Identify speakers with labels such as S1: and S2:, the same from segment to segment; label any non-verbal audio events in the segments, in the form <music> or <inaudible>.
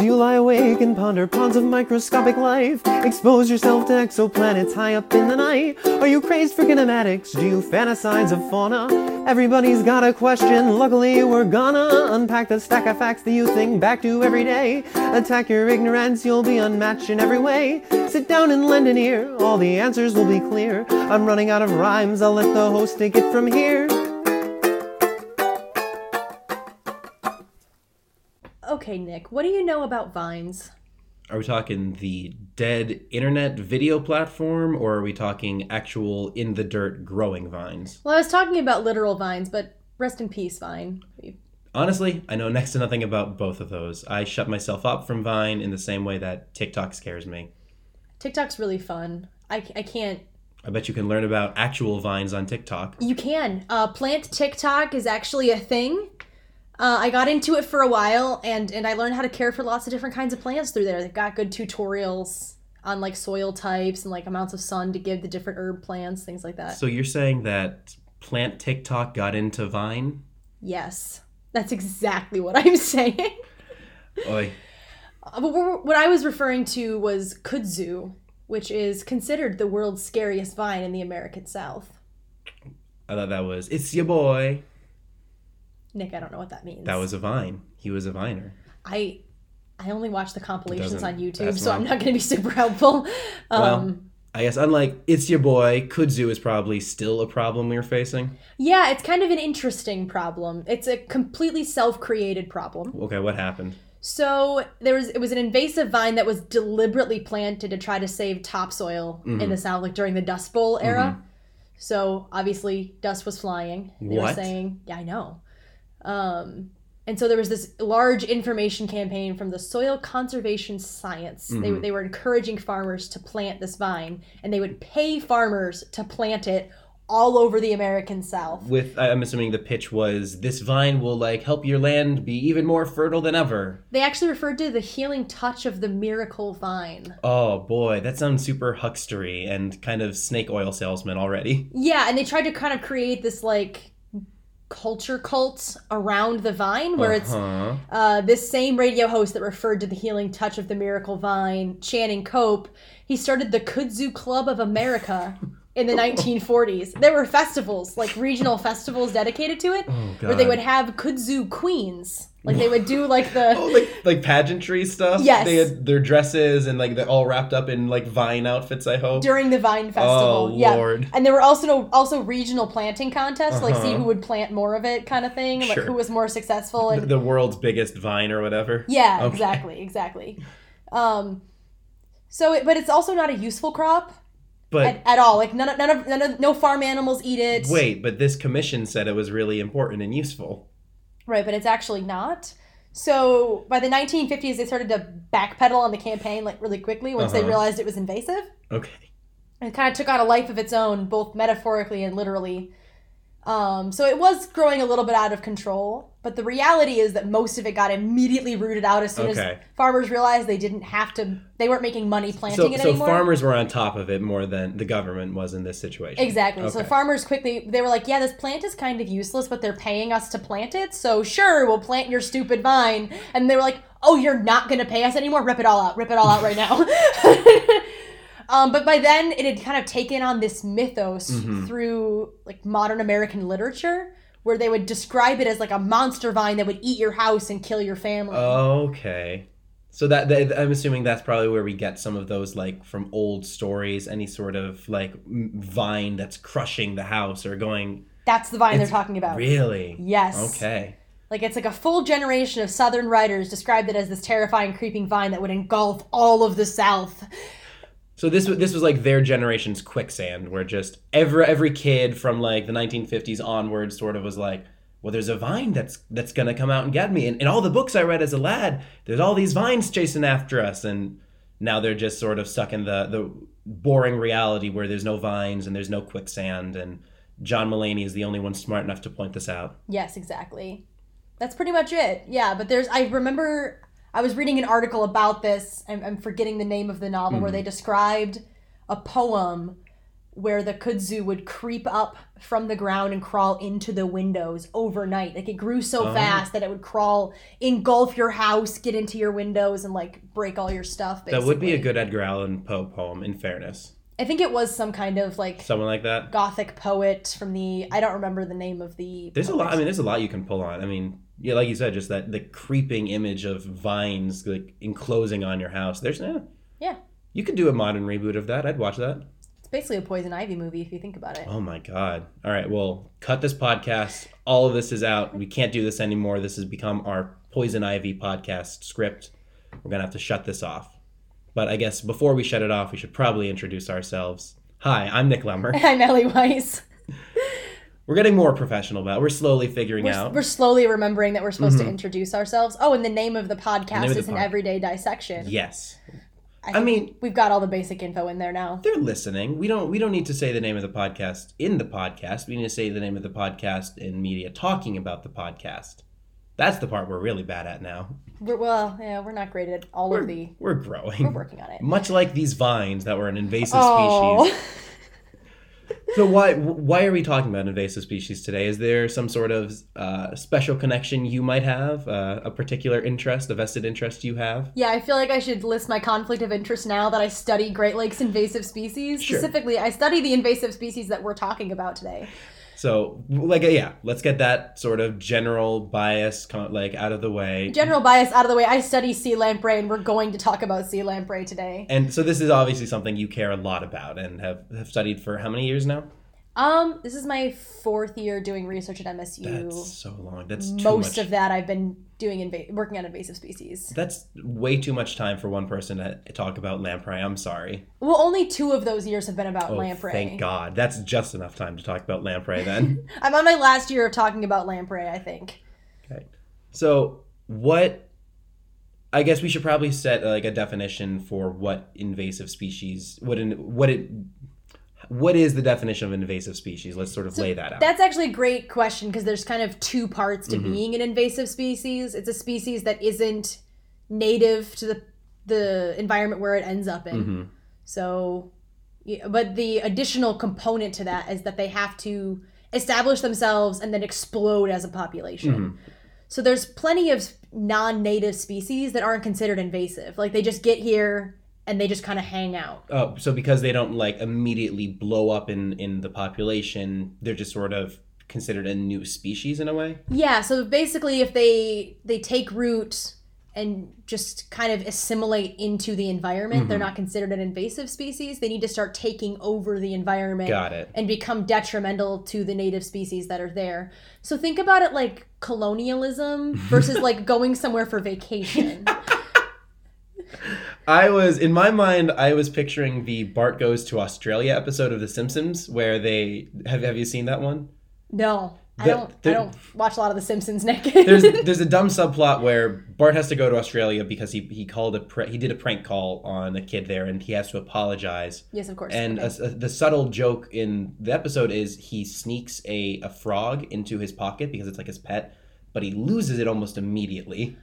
S1: you lie awake and ponder ponds of microscopic life, expose yourself to exoplanets high up in the night. Are you crazed for kinematics? Do you fantasize of fauna? Everybody's got a question. Luckily, we're gonna unpack the stack of facts that you think back to every day. Attack your ignorance, you'll be unmatched in every way. Sit down and lend an ear, all the answers will be clear. I'm running out of rhymes, I'll let the host take it from here.
S2: Okay, Nick, what do you know about vines?
S3: Are we talking the dead internet video platform, or are we talking actual in the dirt growing vines?
S2: Well, I was talking about literal vines, but rest in peace, Vine.
S3: Honestly, I know next to nothing about both of those. I shut myself up from Vine in the same way that TikTok scares me.
S2: TikTok's really fun. I, I can't.
S3: I bet you can learn about actual vines on TikTok.
S2: You can. Uh, plant TikTok is actually a thing. Uh, I got into it for a while, and and I learned how to care for lots of different kinds of plants through there. They've got good tutorials on like soil types and like amounts of sun to give the different herb plants, things like that.
S3: So you're saying that plant TikTok got into Vine?
S2: Yes, that's exactly what I'm <laughs> saying.
S3: Oi.
S2: Uh, But we're- what I was referring to was kudzu, which is considered the world's scariest vine in the American South.
S3: I thought that was it's your boy.
S2: Nick, I don't know what that means.
S3: That was a vine. He was a viner.
S2: I I only watch the compilations
S3: Doesn't-
S2: on YouTube,
S3: that's
S2: so
S3: not-
S2: I'm not going to be super helpful. Um,
S3: well, I guess unlike it's your boy, kudzu is probably still a problem we're facing.
S2: yeah, it's kind of an interesting problem. It's a completely self-created problem.
S3: Okay, what happened?
S2: So there was it was an invasive vine that was deliberately planted to try to save topsoil in the South, like during the Dust Bowl era. So obviously, dust was flying. They were
S3: What?
S2: saying, "Yeah, I know." Um, and so there was this large information campaign from the Soil Conservation Science. They, they were encouraging farmers to plant this vine, and they would pay farmers to plant it all over the American South.
S3: With I- I'm assuming the pitch was this vine will like help your land be even more fertile than ever.
S2: They actually referred to the healing touch of the miracle vine.
S3: Oh boy, that sounds super huckstery and kind of snake oil salesman already.
S2: Yeah, and they tried to kind of create this like culture cult around the vine where it's
S3: Uh-huh.
S2: uh, this same radio host that referred to the healing touch of the miracle vine, Channing Cope, he started the Kudzu Club of
S3: <laughs>
S2: America in the 1940s. There were festivals, like regional festivals dedicated to it, where they
S3: Oh, God.
S2: would have kudzu queens. Like they would
S3: <laughs>
S2: do like the
S3: Oh, like like pageantry stuff.
S2: Yes.
S3: they had their dresses and like they're all wrapped up in like vine outfits. I
S2: <laughs>
S3: hope.
S2: during the vine festival.
S3: Oh,
S2: yeah.
S3: Lord.
S2: And there were also no, also regional planting contests, like see
S3: Uh-huh.
S2: who would plant more of it kind of thing, like
S3: Sure.
S2: who was more successful and
S3: the world's biggest vine or whatever.
S2: Yeah,
S3: Okay.
S2: exactly, exactly. Um, so, it, but it's also not a useful crop
S3: But
S2: at, at all. Like none of, none of none of no farm animals eat it.
S3: wait, but this commission said it was really important and useful.
S2: right, but it's actually not. So by the 1950s, they started to backpedal on the campaign like really quickly once they
S3: Uh-huh.
S2: realized it was invasive.
S3: Okay.
S2: It kind of took on a life of its own, both metaphorically and literally. Um, so it was growing a little bit out of control, but the reality is that most of it got immediately rooted out as soon as
S3: Okay.
S2: farmers realized they didn't have to. They weren't making money planting
S3: So,
S2: it
S3: so
S2: anymore.
S3: farmers were on top of it more than the government was in this situation.
S2: Exactly. So
S3: Okay.
S2: farmers quickly they were like, "Yeah, this plant is kind of useless, but they're paying us to plant it, so sure, we'll plant your stupid vine." And they were like, "Oh, you're not going to pay us anymore. Rip it all out. Rip it all out right now." <laughs> um, but by then, it had kind of taken on this mythos
S3: Mm-hmm.
S2: through like modern American literature, where they would describe it as like a monster vine that would eat your house and kill your family.
S3: Uh, Okay. So that, that I'm assuming that's probably where we get some of those like from old stories, any sort of like m- vine that's crushing the house or going
S2: That's the vine they're talking about.
S3: really.
S2: Yes.
S3: Okay.
S2: Like it's like a full generation of Southern writers described it as this terrifying creeping vine that would engulf all of the South.
S3: So this was this was like their generation's quicksand, where just every every kid from like the 1950s onwards sort of was like, well, there's a vine that's that's gonna come out and get me, and in all the books I read as a lad, there's all these vines chasing after us, and now they're just sort of stuck in the the boring reality where there's no vines and there's no quicksand, and John Mulaney is the only one smart enough to point this out.
S2: Yes, exactly. That's pretty much it. Yeah, but there's I remember I was reading an article
S3: Hmm.
S2: about this. I'm, I'm forgetting the name of the novel where they described a poem where the kudzu would creep up from the ground and crawl into the windows overnight. Like it grew so
S3: Oh.
S2: fast that it would crawl, engulf your house, get into your windows, and like break all your stuff. Basically.
S3: That would be a good Edgar Allan Poe poem, in fairness.
S2: I think it was some kind of like
S3: Someone like that.
S2: gothic poet from the. I don't remember the name of the.
S3: There's a lot. I mean, there's a lot you can pull on. I mean, yeah, like you said, just that the creeping image of vines like enclosing on your house. There's yeah,
S2: Yeah,
S3: you could do a modern reboot of that. I'd watch that.
S2: it's basically a poison ivy movie if you think about <laughs> it.
S3: Oh my god. All right, well, cut this podcast. All of this is out. We can't do this anymore. This has become our Poison Ivy podcast script. We're going to have to shut this off. But I guess before we shut it off, we should probably introduce ourselves. Hi, I'm Nick
S2: <laughs>
S3: Lemmer.
S2: I'm Ellie
S3: <laughs>
S2: Weiss.
S3: We're getting more professional about. We're slowly figuring
S2: We're,
S3: out.
S2: we're slowly remembering that we're supposed to introduce ourselves. Oh, and the name of the podcast
S3: of Mm-hmm. the
S2: is an
S3: pod-
S2: everyday dissection.
S3: yes. I
S2: think
S3: mean-
S2: we've got all the basic info in there
S3: <laughs>
S2: now.
S3: They're listening. We don't we don't need to say the name of the podcast in the podcast. We need to say the name of the podcast in media talking about the podcast. That's the part we're really bad at now.
S2: We're, well, yeah, we're not great at all of the.
S3: We're growing.
S2: We're working on it.
S3: much like these vines that were an invasive
S2: Oh, <laughs>
S3: species. So why why are we talking about invasive species today? Is there some sort of uh, special connection you might have, uh, a particular interest, a vested interest you have?
S2: yeah. I feel like I should list my conflict of interest now that I study Great Lakes invasive species.
S3: Sure.
S2: Specifically, I study the invasive species that we're talking about today.
S3: So like yeah, let's get that sort of general bias con- like out of the way.
S2: General bias out of the way. I study sea lamprey, and we're going to talk about sea lamprey today.
S3: and so this is obviously something you care a lot about and have, have studied for how many years now?
S2: Um, this is my fourth year doing research at MSU.
S3: That's so long. That's too
S2: Most
S3: much.
S2: of that I've been doing inva- working on invasive species.
S3: That's way too much time for one person to talk about lamprey. I'm sorry.
S2: Well, only two of those years have been about
S3: Oh,
S2: lamprey.
S3: Thank God. That's just enough time to talk about
S2: <laughs>
S3: lamprey then.
S2: I'm on my last year of talking about lamprey, I think.
S3: okay. So, what I guess we should probably set like a definition for what invasive species what in, what it what is the definition of an invasive species? Let's sort of lay that out.
S2: That's actually a great question because there's kind of two parts to being an invasive species. It's a species that isn't native to the the environment where it ends up in. So, yeah, but the additional component to that is that they have to establish themselves and then explode as a population. So there's plenty of non-native species that aren't considered invasive. Like they just get here and they just kind of hang out.
S3: Oh, so because they don't like immediately blow up in in the population, they're just sort of considered a new species in a way.
S2: Yeah, so basically if they they take root and just kind of assimilate into the environment, they're
S3: Mm-hmm.
S2: not considered an invasive species. They need to start taking over the environment
S3: Got it.
S2: and become detrimental to the native species that are there. So think about it like
S3: <laughs>
S2: colonialism versus like going somewhere for vacation.
S3: I was in my mind. I was picturing the Bart goes to Australia episode of The Simpsons, where they have. Have you seen that one?
S2: No. I
S3: The-
S2: don't I
S3: there-
S2: don't watch a lot of the Simpsons, Nick.
S3: There's there's a dumb subplot where Bart has to go to Australia because he he called a pr- he did a prank call on a kid there, and he has to apologize.
S2: <laughs> yes, of course.
S3: And
S2: Okay.
S3: a, a- the subtle joke in the episode is he sneaks a, a frog into his pocket because it's like his pet, but he loses it almost immediately.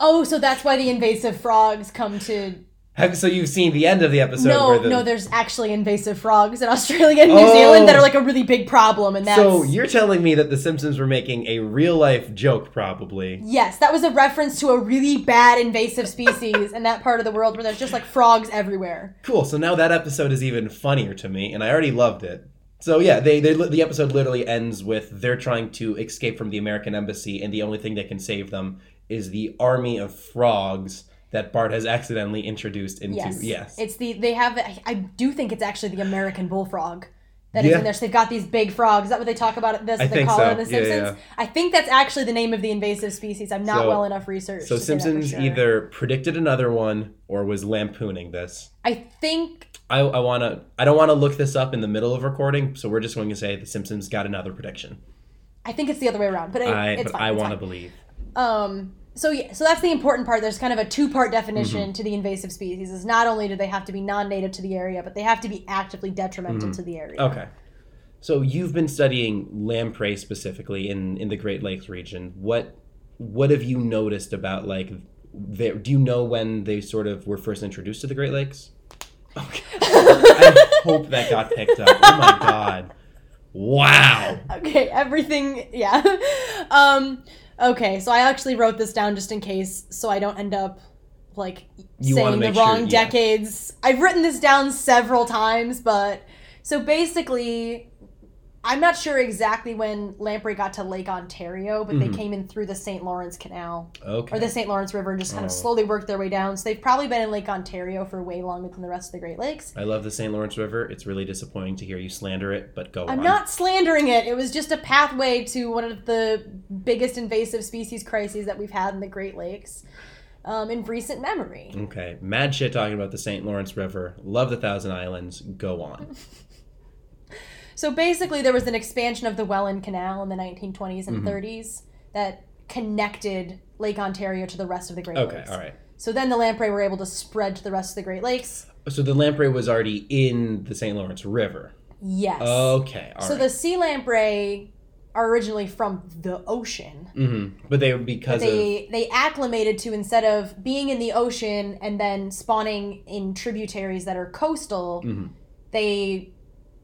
S2: oh, so that's why the invasive frogs come to
S3: Have, so you've seen the end of the episode
S2: No,
S3: where the
S2: no, there's actually invasive frogs in Australia and New
S3: Oh.
S2: Zealand that are like a really big problem, and that's
S3: so you're telling me that the Simpsons were making a real life joke, probably.
S2: yes, that was a reference to a really bad invasive species in that part of the world where there's just like frogs everywhere.
S3: Cool. So now that episode is even funnier to me, and I already loved it. So yeah, they, they li- the episode literally ends with they're trying to escape from the American embassy, and the only thing that can save them is the army of frogs that Bart has accidentally introduced into.
S2: Yes,
S3: yes.
S2: it's the they have. I, I do think it's actually the American bullfrog. That is
S3: Yeah.
S2: in there. So they've got these big frogs. Is that what they talk about? This
S3: I
S2: they
S3: think
S2: call it in The
S3: so. Yeah,
S2: Simpsons.
S3: yeah.
S2: I think that's actually the name of the invasive species. I'm not
S3: So-
S2: well enough researched.
S3: So
S2: to say that for
S3: Simpsons
S2: sure.
S3: either predicted another one or was lampooning this.
S2: I think
S3: I, I wanna I don't wanna look this up in the middle of recording, so we're just going to say the Simpsons got another prediction.
S2: I think it's the other way around. But it,
S3: I
S2: it's
S3: but
S2: fine.
S3: I
S2: it's fine.
S3: wanna believe.
S2: Um, so yeah, so that's the important part. There's kind of a two-part definition
S3: Mm-hmm.
S2: to the invasive species. Is not only do they have to be non-native to the area, but they have to be actively
S3: Mm-hmm.
S2: detrimental to the area.
S3: Okay. So you've been studying lamprey specifically in, in the Great Lakes region. What what have you noticed about like their, do you know when they sort of were first introduced to the Great Lakes? <laughs> I hope that got picked up. Oh my god. Wow.
S2: Okay, <laughs> everything. Yeah. <laughs> Um. Okay, so I actually wrote this down just in case, so I don't end up like
S3: You
S2: saying
S3: wanna
S2: the
S3: make sure-
S2: wrong
S3: yeah.
S2: decades. I've written this down several times, but so basically, I'm not sure exactly when Lamprey got to Lake Ontario, but
S3: Mhm.
S2: they came in through the St. Lawrence Canal
S3: Okay.
S2: or the St. Lawrence River and just kind of
S3: Oh.
S2: slowly worked their way down. So they've probably been in Lake Ontario for way longer than the rest of the Great Lakes.
S3: I love the St. Lawrence River. It's really disappointing to hear you slander it, but go
S2: I'm
S3: on.
S2: not slandering it. It was just a pathway to one of the biggest invasive species crises that we've had in the Great Lakes um, in recent memory.
S3: Okay. Mad shit talking about the St. Lawrence River. Love the Thousand Islands. Go on.
S2: So basically, there was an expansion of the Welland Canal in the 1920s
S3: Mm-hmm.
S2: and 30s that connected Lake Ontario to the rest of the Great
S3: Okay.
S2: Lakes.
S3: All right.
S2: So then the lamprey were able to spread to the rest of the Great Lakes.
S3: So the lamprey was already in the St. Lawrence River.
S2: Yes.
S3: Okay. all right.
S2: so the sea lamprey are originally from the ocean.
S3: hmm But they were because of
S2: they they acclimated to instead of being in the ocean and then spawning in tributaries that are coastal
S3: Mhm.
S2: they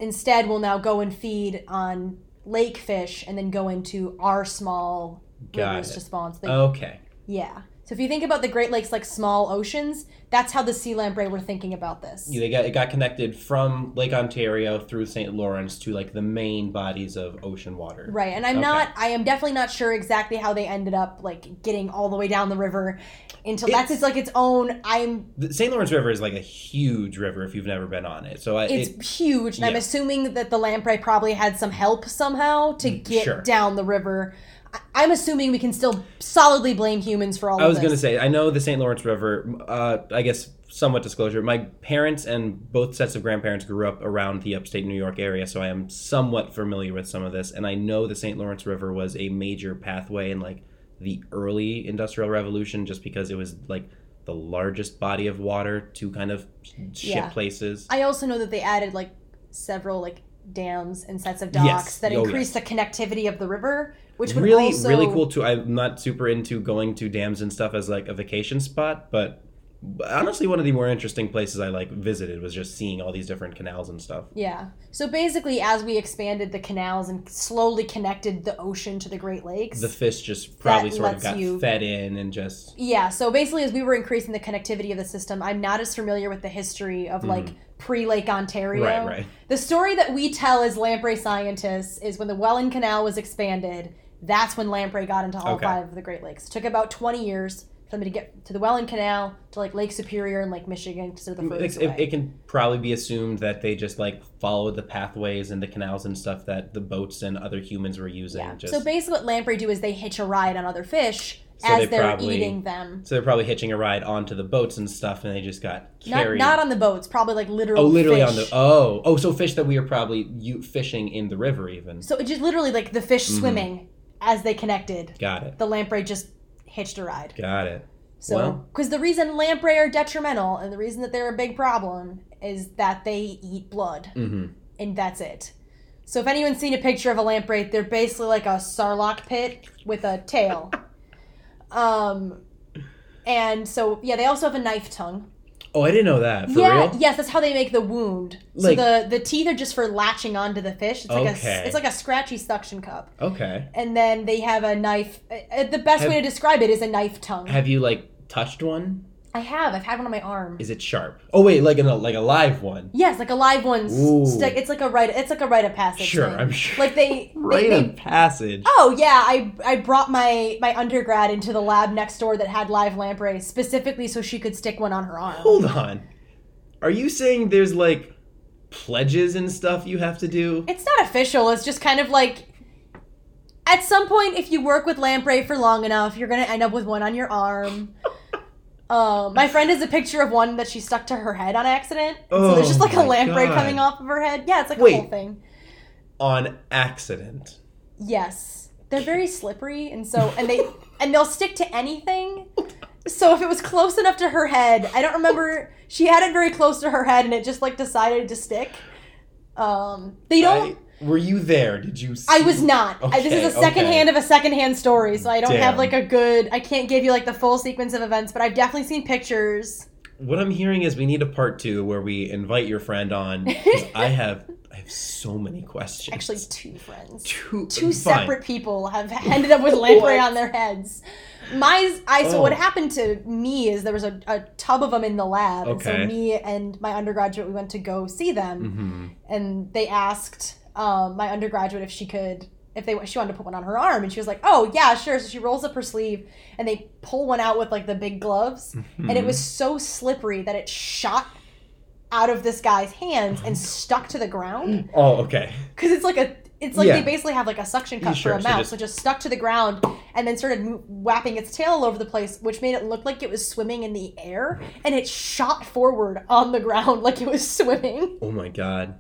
S2: instead will now go and feed on lake fish and then go into our small
S3: Got
S2: rivers
S3: it. Oh.
S2: to spawn so they,
S3: okay.
S2: yeah so if you think about the great lakes like small oceans that's how the sea lamprey were thinking about this
S3: Yeah, They got it got connected from Lake Ontario through St. Lawrence to like the main bodies of ocean water.
S2: Right, and I'm
S3: Okay.
S2: not. I am definitely not sure exactly how they ended up like getting all the way down the river into that's
S3: It's-
S2: it's like its own. I'm
S3: The St. Lawrence River is like a huge river if you've never been on it. So I,
S2: it's
S3: it,
S2: huge and i'm
S3: yeah.
S2: assuming that the lamprey probably had some help somehow to get
S3: Mm, sure.
S2: down the river I- i'm assuming we can still solidly blame humans for all
S3: I
S2: of
S3: was
S2: this
S3: going to say, I know the St. Lawrence River, uh, I guess somewhat disclosure. My parents and both sets of grandparents grew up around the upstate New York area, so I am somewhat familiar with some of this. And I know the St. Lawrence River was a major pathway in like the early Industrial Revolution just because it was like the largest body of water to kind of ship
S2: Yeah.
S3: places.
S2: i also know that they added like several like dams and sets of
S3: Yes.
S2: docks that
S3: Oh,
S2: increased the connectivity of the river which would
S3: really,
S2: also
S3: really cool too. I'm not super into going to dams and stuff as like a vacation spot, but honestly, one of the more interesting places I like visited was just seeing all these different canals and stuff.
S2: yeah so basically as we expanded the canals and slowly connected the ocean to the great lakes
S3: The fish just probably
S2: That
S3: sort of
S2: lets
S3: got
S2: you-
S3: fed in and just
S2: Yeah, so basically, as we were increasing the connectivity of the system, I'm not as familiar with the history of like pre Lake Ontario.
S3: Mm. Right, right.
S2: The story that we tell as lamprey scientists is when the Welland Canal was expanded, that's when lamprey got into all
S3: Okay.
S2: five of the Great Lakes. It took about 20 years for them to get to the Welland Canal, to like Lake Superior and Lake Michigan, because they're the
S3: it,
S2: furthest
S3: Mm, it,
S2: away.
S3: it can probably be assumed that they just like followed the pathways and the canals and stuff that the boats and other humans were using.
S2: yeah.
S3: Just
S2: So basically, what lamprey do is they hitch a ride on other fish
S3: So
S2: as
S3: they
S2: they're
S3: probably-
S2: eating them.
S3: so they're probably hitching a ride onto the boats and stuff, and they just got
S2: Not,
S3: carried.
S2: not on the boats, probably like literal.
S3: oh, literally on
S2: fish.
S3: the oh oh so fish that we were probably you fishing in the river even.
S2: So it just literally like the fish
S3: Mm-hmm.
S2: swimming as they connected.
S3: Got it.
S2: The lamprey just hitched a ride.
S3: Got it.
S2: So
S3: Well-
S2: because the reason lamprey are detrimental and the reason that they're a big problem is that they eat blood
S3: Mm-hmm.
S2: and that's it. So if anyone's seen a picture of a lamprey, they're basically like a sarlacc pit with a tail.
S3: <laughs>
S2: um and so yeah, they also have a knife tongue.
S3: Oh, I didn't know that. For
S2: yeah,
S3: real?
S2: yes, that's how they make the wound.
S3: Like-
S2: so the the teeth are just for latching onto the fish. It's like a
S3: Okay.
S2: s- it's like a scratchy suction cup
S3: Okay.
S2: and then they have a knife. uh, Uh, the best
S3: Have-
S2: way to describe it is a knife tongue.
S3: Have you like touched one?
S2: I have. I've had one on my arm.
S3: Is it sharp? Oh wait, like an, like a live one.
S2: yes, like a live one. s-
S3: Ooh.
S2: Stick. It's like a rite. It's like a rite of passage.
S3: Sure,
S2: thing.
S3: I'm sure.
S2: Like
S3: <laughs>
S2: they.
S3: Right
S2: they,
S3: in
S2: they
S3: passage.
S2: Oh yeah, I I brought my my undergrad into the lab next door that had live lampreys specifically so she could stick one on her arm.
S3: Hold on. Are you saying there's like pledges and stuff you have to do?
S2: It's not official. It's just kind of like. At some point, if you work with lamprey for long enough, you're gonna end up with one on your
S3: <laughs>
S2: arm. Um, my friend has a picture of one that she stuck to her head on accident. And so there's just
S3: Oh
S2: like a
S3: my
S2: lamprey
S3: God.
S2: coming off of her head. Yeah, it's like a whole
S3: Wait.
S2: thing.
S3: On accident.
S2: Yes, they're very slippery, and so and
S3: <laughs>
S2: they and they'll stick to anything. So if it was close enough to her head, I don't remember. She had it very close to her head, and it just like decided to stick. Um, they don't.
S3: I- were you there? Did you see?
S2: I was not. I, this is a
S3: Okay,
S2: secondhand of a secondhand story, so I don't have
S3: Damn.
S2: like a good. I can't give you like the full sequence of events, but I've definitely seen pictures.
S3: what I'm hearing is we need a part two where we invite your friend
S2: <laughs>
S3: on. 'cause I have I have so many questions.
S2: Actually, two friends.
S3: two,
S2: two
S3: fine.
S2: separate people have <laughs> ended up with lamprey on their heads. My, I so
S3: Oh.
S2: what happened to me is there was a, a tub of them in the lab,
S3: Okay.
S2: and so me and my undergraduate we went to go see them,
S3: Mhm.
S2: and they asked um, my undergraduate if she could if they she wanted to put one on her arm, and she was like, "Oh yeah, sure." So she rolls up her sleeve, and they pull one out with like the big gloves,
S3: Mm-hmm.
S2: and it was so slippery that it shot out of this guy's hands and stuck to the
S3: <gasps>
S2: ground
S3: Oh, okay.
S2: because it's like a it's like
S3: Yeah.
S2: they basically have like a suction cup
S3: Sure,
S2: for a
S3: so
S2: mouse,
S3: just-
S2: so just stuck to the ground and then started mo- whapping its tail all over the place, which made it look like it was swimming in the air, and it shot forward on the ground like it was <laughs> swimming.
S3: Oh my god.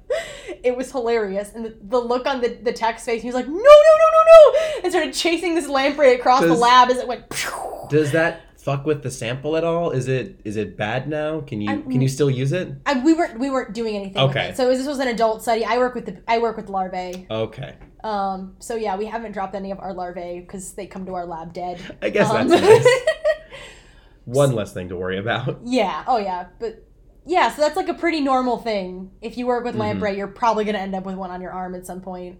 S2: It was hilarious, and the, the look on the the tech's face, he was like, "No, no, no, no, no!" and started chasing this lamprey across the
S3: Does-
S2: lab as it went. Pew!
S3: Does that fuck with the sample at all? Is it is it bad now? Can you
S2: I'm-
S3: can you still use it?
S2: <laughs> And we weren't we weren't doing anything. with
S3: Okay.
S2: it. So this was an adult study. I work with the I work with larvae.
S3: Okay.
S2: Um. So yeah, we haven't dropped any of our larvae because they come to our lab dead.
S3: I guess
S2: Um,
S3: that's
S2: <laughs>
S3: nice. One less thing to worry about.
S2: Yeah. Oh, yeah. But yeah, so that's like a pretty normal thing. If you work with
S3: Mm-hmm.
S2: lamprey, you're probably gonna end up with one on your arm at some point.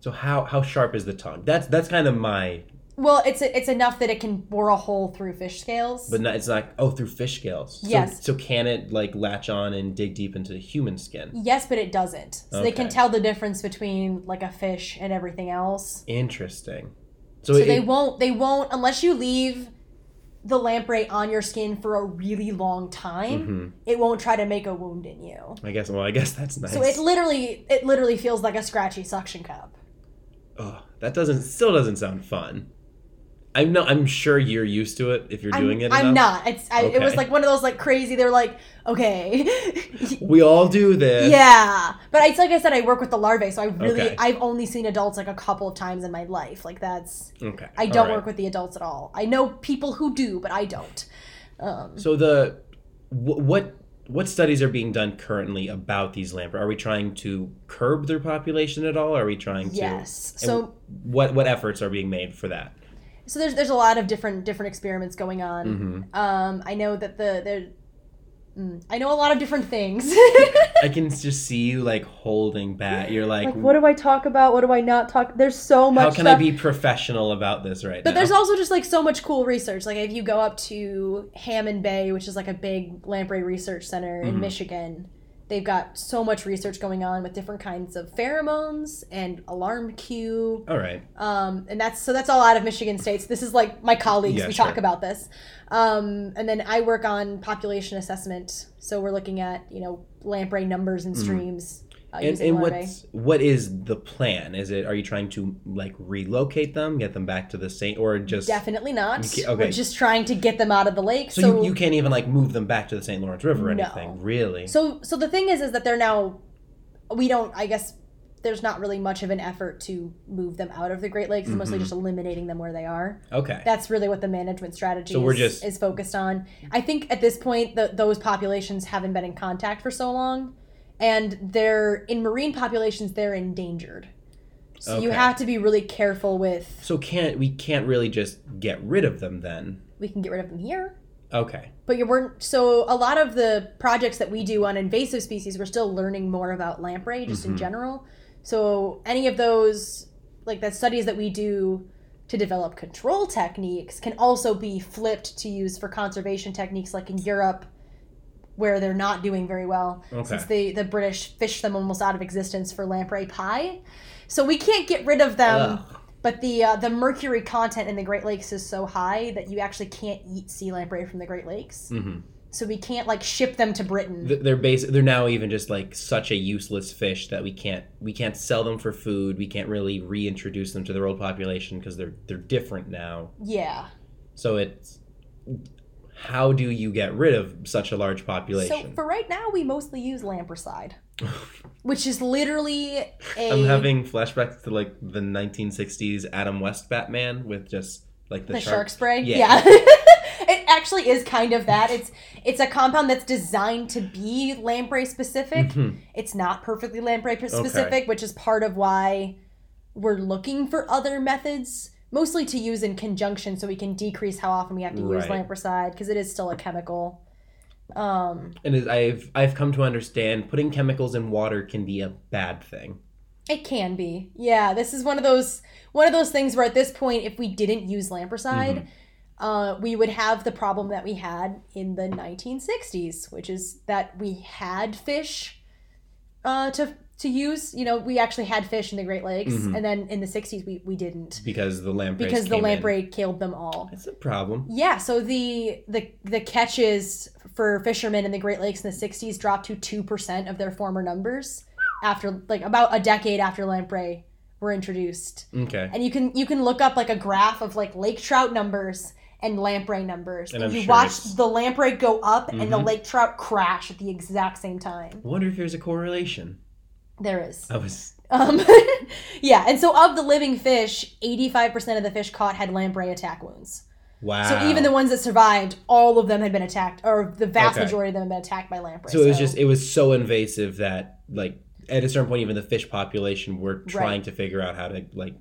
S3: So how how sharp is the tongue? That's that's kind of my
S2: Well, it's it's enough that it can bore a hole through fish scales.
S3: but not, it's like oh through fish scales. So-
S2: Yes.
S3: So, can it like latch on and dig deep into human skin?
S2: yes, but it doesn't. So they can
S3: Okay.
S2: tell the difference between like a fish and everything else.
S3: Interesting. So,
S2: So
S3: it,
S2: they won't they won't unless you leave the lamprey on your skin for a really long time.
S3: Mm-hmm.
S2: It won't try to make a wound in you.
S3: I guess well I guess that's nice.
S2: So it literally it literally feels like a scratchy suction cup.
S3: Ugh, that doesn't still doesn't sound fun. I'm no I'm sure you're used to it if you're
S2: I'm,
S3: doing it.
S2: I'm
S3: enough.
S2: not. It's I, it was
S3: Okay.
S2: like one of those like crazy. They're like, okay,
S3: We all do this.
S2: <laughs> yeah. But it's like I said, I work with the larvae, so I really
S3: Okay.
S2: I've only seen adults like a couple of times in my life. Like that's
S3: Okay.
S2: I don't
S3: Mm. alright.
S2: work with the adults at all. I know people who do, but I don't.
S3: So the wh- what what studies are being done currently about these lamprey? Are we trying to curb their population at all? Are we trying to
S2: Yes.
S3: and
S2: So
S3: what what efforts are being made for that?
S2: so there's there's a lot of different different experiments going on.
S3: Mm-hmm.
S2: Um, I know that the the. mm, I know a lot of different things. <laughs>
S3: I can just see you like holding back. You're like,
S2: like, what do I talk about? What do I not talk? There's so much.
S3: how can I
S2: stuff.
S3: be professional about this right
S2: But
S3: now?
S2: there's also just like so much cool research. Like if you go up to Hammond Bay, which is like a big lamprey research center
S3: Mm-hmm.
S2: in Michigan, they've got so much research going on with different kinds of pheromones and alarm cue.
S3: all right.
S2: Um, and that's so that's all out of Michigan State. So this is like my colleagues.
S3: Yeah,
S2: we
S3: sure.
S2: talk about this. Um, and then I work on population assessment. So we're looking at you know lamprey numbers and streams. Uh,
S3: Mm-hmm. And,
S2: using
S3: and
S2: larvae.
S3: what's what is the plan? Is it are you trying to like relocate them, get them back to the same, or just
S2: Definitely not.
S3: ca- okay.
S2: We're just trying to get them out of the lake.
S3: so, you, you can't even like move them back to the St. Lawrence River or
S2: No.
S3: anything, really?
S2: So so the thing is is that they're now we don't I guess there's not really much of an effort to move them out of the Great Lakes, It's
S3: Mm-hmm.
S2: mostly just eliminating them where they are.
S3: okay.
S2: That's really what the management strategy
S3: So we're
S2: is,
S3: just-
S2: is focused on. I think at this point the, those populations haven't been in contact for so long and they're in marine populations they're endangered. So you
S3: Okay.
S2: have to be really careful with
S3: So can't we can't really just get rid of them then?
S2: we can get rid of them here.
S3: Okay.
S2: But you weren't so a lot of the projects that we do on invasive species, we're still learning more about lamprey just
S3: Mm-hmm.
S2: in general. So any of those like the studies that we do to develop control techniques can also be flipped to use for conservation techniques like in Europe where they're not doing very well
S3: Okay.
S2: since the, the British fished them almost out of existence for lamprey pie. So we can't get rid of them.
S3: Ugh.
S2: But the uh, the mercury content in the Great Lakes is so high that you actually can't eat sea lamprey from the Great Lakes.
S3: Mhm.
S2: So we can't like ship them to Britain.
S3: Th- They're base. They're now even just like such a useless fish that we can't we can't sell them for food. We can't really reintroduce them to their old population because they're they're different now.
S2: yeah.
S3: So it's how do you get rid of such a large
S2: So
S3: population?
S2: for right now, we mostly use
S3: <laughs>
S2: lampricide, which is literally a
S3: I'm having flashbacks to like the 1960s Adam West Batman with just like the,
S2: the shark spray.
S3: Yeah.
S2: Yeah. <laughs> it actually is kind of that. It's it's a compound that's designed to be lamprey specific. It's not perfectly lamprey specific, which is part of why we're looking for other methods, mostly to use in conjunction so we can decrease how often we have to use
S3: Right.
S2: lampricide because it is still a chemical. Um,
S3: And is- I've I've come to understand putting chemicals in water can be a bad thing.
S2: it can be. Yeah, this is one of those one of those things where at this point, if we didn't use lamproside,
S3: Mm-hmm.
S2: uh, we would have the problem that we had in the 1960s, which is that we had fish uh, to to use. You know, we actually had fish in the Great Lakes, and then in the 60s, we, we didn't
S3: because the lampreys
S2: because the
S3: Mm-hmm. came in.
S2: lamprey killed them all.
S3: It's a problem.
S2: Yeah, so the the the catches for fishermen in the Great Lakes in the 60s dropped to 2% of their former numbers after like about a decade after lamprey were introduced.
S3: Okay.
S2: And you can you can look up like a graph of like lake trout numbers and lamprey numbers
S3: And
S2: and,
S3: I'm
S2: you
S3: sure
S2: watch
S3: it's- Mm-hmm.
S2: the lamprey go up and the lake trout crash at the exact same time.
S3: I wonder if there's a correlation.
S2: There is.
S3: I was
S2: Um, <laughs> yeah, and so of the living fish, 85% of the fish caught had lamprey attack wounds.
S3: wow.
S2: So even the ones that survived, all of them had been attacked, or the vast
S3: Okay.
S2: majority of them had been attacked by lamprey.
S3: so it was just it was so invasive that like at a certain point even the fish population were trying to figure out how to like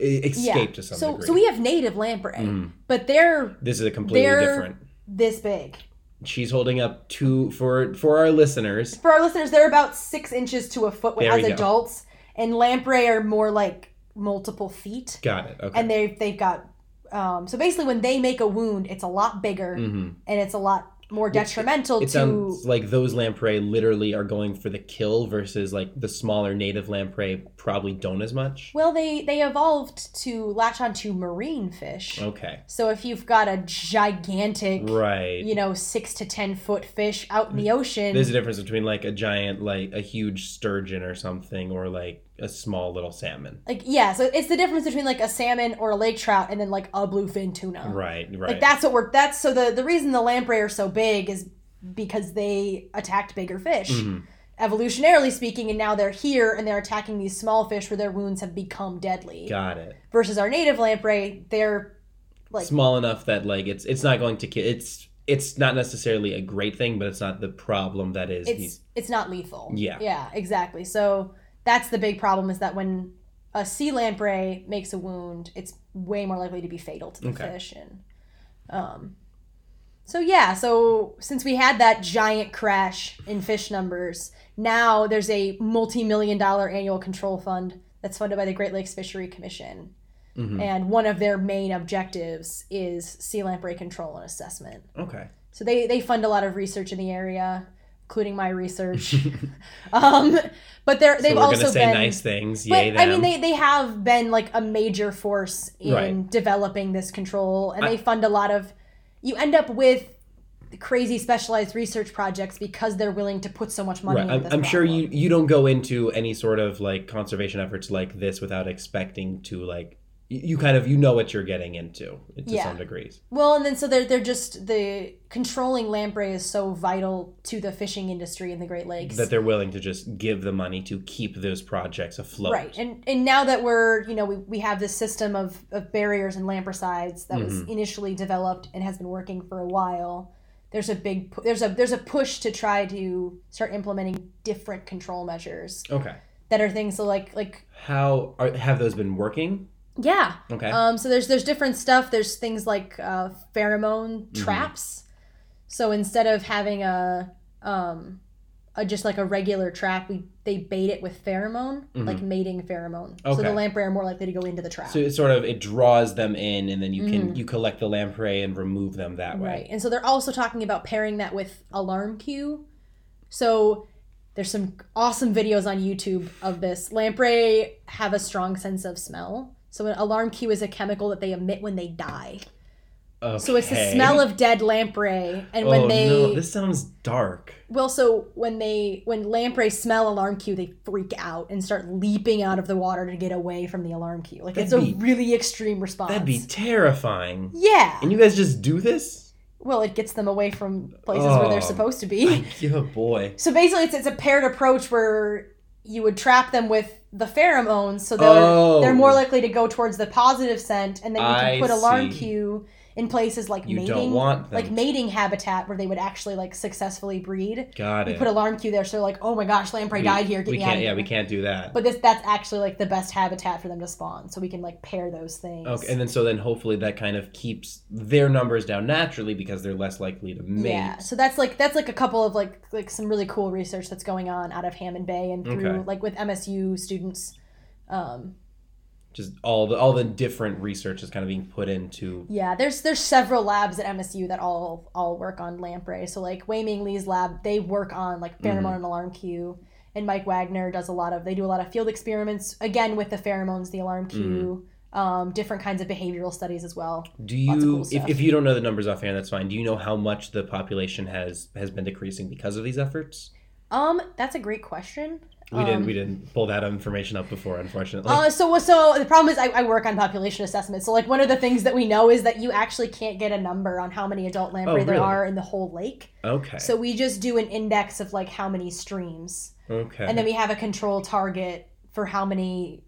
S3: e- escape to some
S2: so,
S3: degree. Mm.
S2: So we have native lamprey, but they're
S3: this is a completely
S2: They're-
S3: different.
S2: this big.
S3: She's holding up two for for our listeners.
S2: For our listeners, they're about six inches to a foot
S3: There we
S2: as
S3: go.
S2: adults, and lamprey are more like multiple feet,
S3: Got it. Okay.
S2: and they they've got. Um, so basically, when they make a wound, it's a lot bigger and it's a lot more detrimental
S3: Mm. Mm-hmm. it um,
S2: to.
S3: sounds like those lamprey literally are going for the kill versus like the smaller native lamprey probably don't as much.
S2: well, they they evolved to latch onto marine fish.
S3: Okay.
S2: So if you've got a gigantic,
S3: Oh. Right.
S2: you know, six to ten foot fish out in the ocean,
S3: Mm. There's a difference between like a giant, like a huge sturgeon or something, or like a small little salmon.
S2: like yeah, so it's the difference between like a salmon or a lake trout and then like a bluefin tuna.
S3: Right, right.
S2: Oh. Like that's what we're that's so the the reason the lamprey are so big is because they attacked bigger fish.
S3: Mm-hmm.
S2: Evolutionarily speaking, and now they're here and they're attacking these small fish where their wounds have become deadly.
S3: Got it.
S2: Versus our native lamprey, they're Like-
S3: small enough that like it's it's not going to kill. It's it's not necessarily a great thing, but it's not the problem that is.
S2: it's
S3: these-
S2: it's not lethal.
S3: Yeah.
S2: Yeah, exactly. So that's the big problem is that when a sea lamprey makes a wound, it's way more likely to be fatal to the
S3: Okay.
S2: fish and um so yeah, so since we had that giant crash in fish numbers, now there's a multi-million dollar annual control fund that's funded by the Great Lakes Fishery Commission.
S3: Mm-hmm.
S2: And one of their main objectives is sea lamprey control and assessment.
S3: okay.
S2: So they they fund a lot of research in the area, including my
S3: <laughs>
S2: research. <laughs> um, but they're they've
S3: So we're
S2: also
S3: gonna say
S2: been.
S3: nice things.
S2: but
S3: Yay! Them.
S2: I mean, they, they have been like a major force in
S3: Right.
S2: developing this control, and they fund a lot of. You end up with crazy specialized research projects because they're willing to put so much money.
S3: Right.
S2: into
S3: I'm,
S2: this
S3: I'm sure
S2: problem.
S3: you you don't go into any sort of like conservation efforts like this without expecting to like y- you kind of you know what you're getting into to
S2: Yeah.
S3: some degrees.
S2: Well, and then so they're they're just the controlling lamprey is so vital to the fishing industry in the Great Lakes
S3: That they're willing to just give the money to keep those projects afloat.
S2: Right, and and now that we're you know we, we have this system of, of barriers and lampricides that was initially developed and has been working for a while. There's a big pu- there's a there's a push to try to start implementing different control measures
S3: Okay.
S2: that are things so like like
S3: How are, have those been working?
S2: yeah.
S3: Okay.
S2: Um, so there's there's different stuff. There's things like uh, pheromone
S3: Mm-hmm.
S2: traps. So instead of having a um, a just like a regular trap, we they bait it with pheromone, like mating pheromone. So
S3: Mm-hmm. Okay.
S2: the lamprey are more likely to go into the trap.
S3: so it sort of it draws them in, and then you
S2: Mm-hmm.
S3: can you collect the lamprey and remove them that way.
S2: Right. And so they're also talking about pairing that with alarm cue. So there's some awesome videos on YouTube of this. Lamprey have a strong sense of smell. So an alarm cue is a chemical that they emit when they die. So it's the smell of dead lamprey and when
S3: oh,
S2: they
S3: no, this sounds dark.
S2: well so when they when lamprey smell alarm cue they freak out and start leaping out of the water to get away from the alarm cue. Like it's
S3: be-
S2: a really extreme response.
S3: That'd be terrifying.
S2: yeah.
S3: And you guys just do this?
S2: Well, it gets them away from places where
S3: Oh.
S2: they're supposed to be.
S3: Yeah, oh, boy.
S2: So basically, it's, it's a paired approach where you would trap them with the pheromones, so they're
S3: Oh.
S2: they're more likely to go towards the positive scent, and then you can
S3: I
S2: put alarm
S3: see.
S2: cue in places like
S3: You don't
S2: mating,
S3: want them.
S2: like mating habitat where they would actually like successfully breed.
S3: Got
S2: You
S3: it.
S2: put alarm cue there, so they're like, oh my gosh, lamprey died here. Get
S3: we
S2: me out
S3: can't.
S2: of here.
S3: Yeah, we can't do that.
S2: But this that's actually like the best habitat for them to spawn, so we can like pair those things.
S3: Okay, and then so then hopefully that kind of keeps their numbers down naturally because they're less likely to mate.
S2: Yeah, so that's like that's like a couple of like like some really cool research that's going on out of Hammond Bay and through
S3: Okay.
S2: like with MSU students. Um,
S3: Just all the all the different research is kind of being put into.
S2: yeah, there's there's several labs at MSU that all all work on lamprey. So like Wei Ming Lee's lab, they work on like
S3: Mm-hmm.
S2: pheromone and alarm cue, and Mike Wagner does a lot of they do a lot of field experiments again with the pheromones, the alarm cue,
S3: Mm-hmm.
S2: um, different kinds of behavioral studies as well.
S3: Do
S2: Lots of
S3: you
S2: cool
S3: if,
S2: stuff.
S3: if you don't know the numbers offhand, that's fine. Do you know how much the population has has been decreasing because of these efforts?
S2: Um, that's a great question.
S3: We
S2: um,
S3: didn't we didn't pull that information up before, unfortunately.
S2: Uh, so so the problem is I, I work on population assessment. So like one of the things that we know is that you actually can't get a number on how many adult lamprey
S3: Oh,
S2: there
S3: really?
S2: are in the whole lake.
S3: okay.
S2: So we just do an index of like how many streams,
S3: okay.
S2: and then we have a control target for how many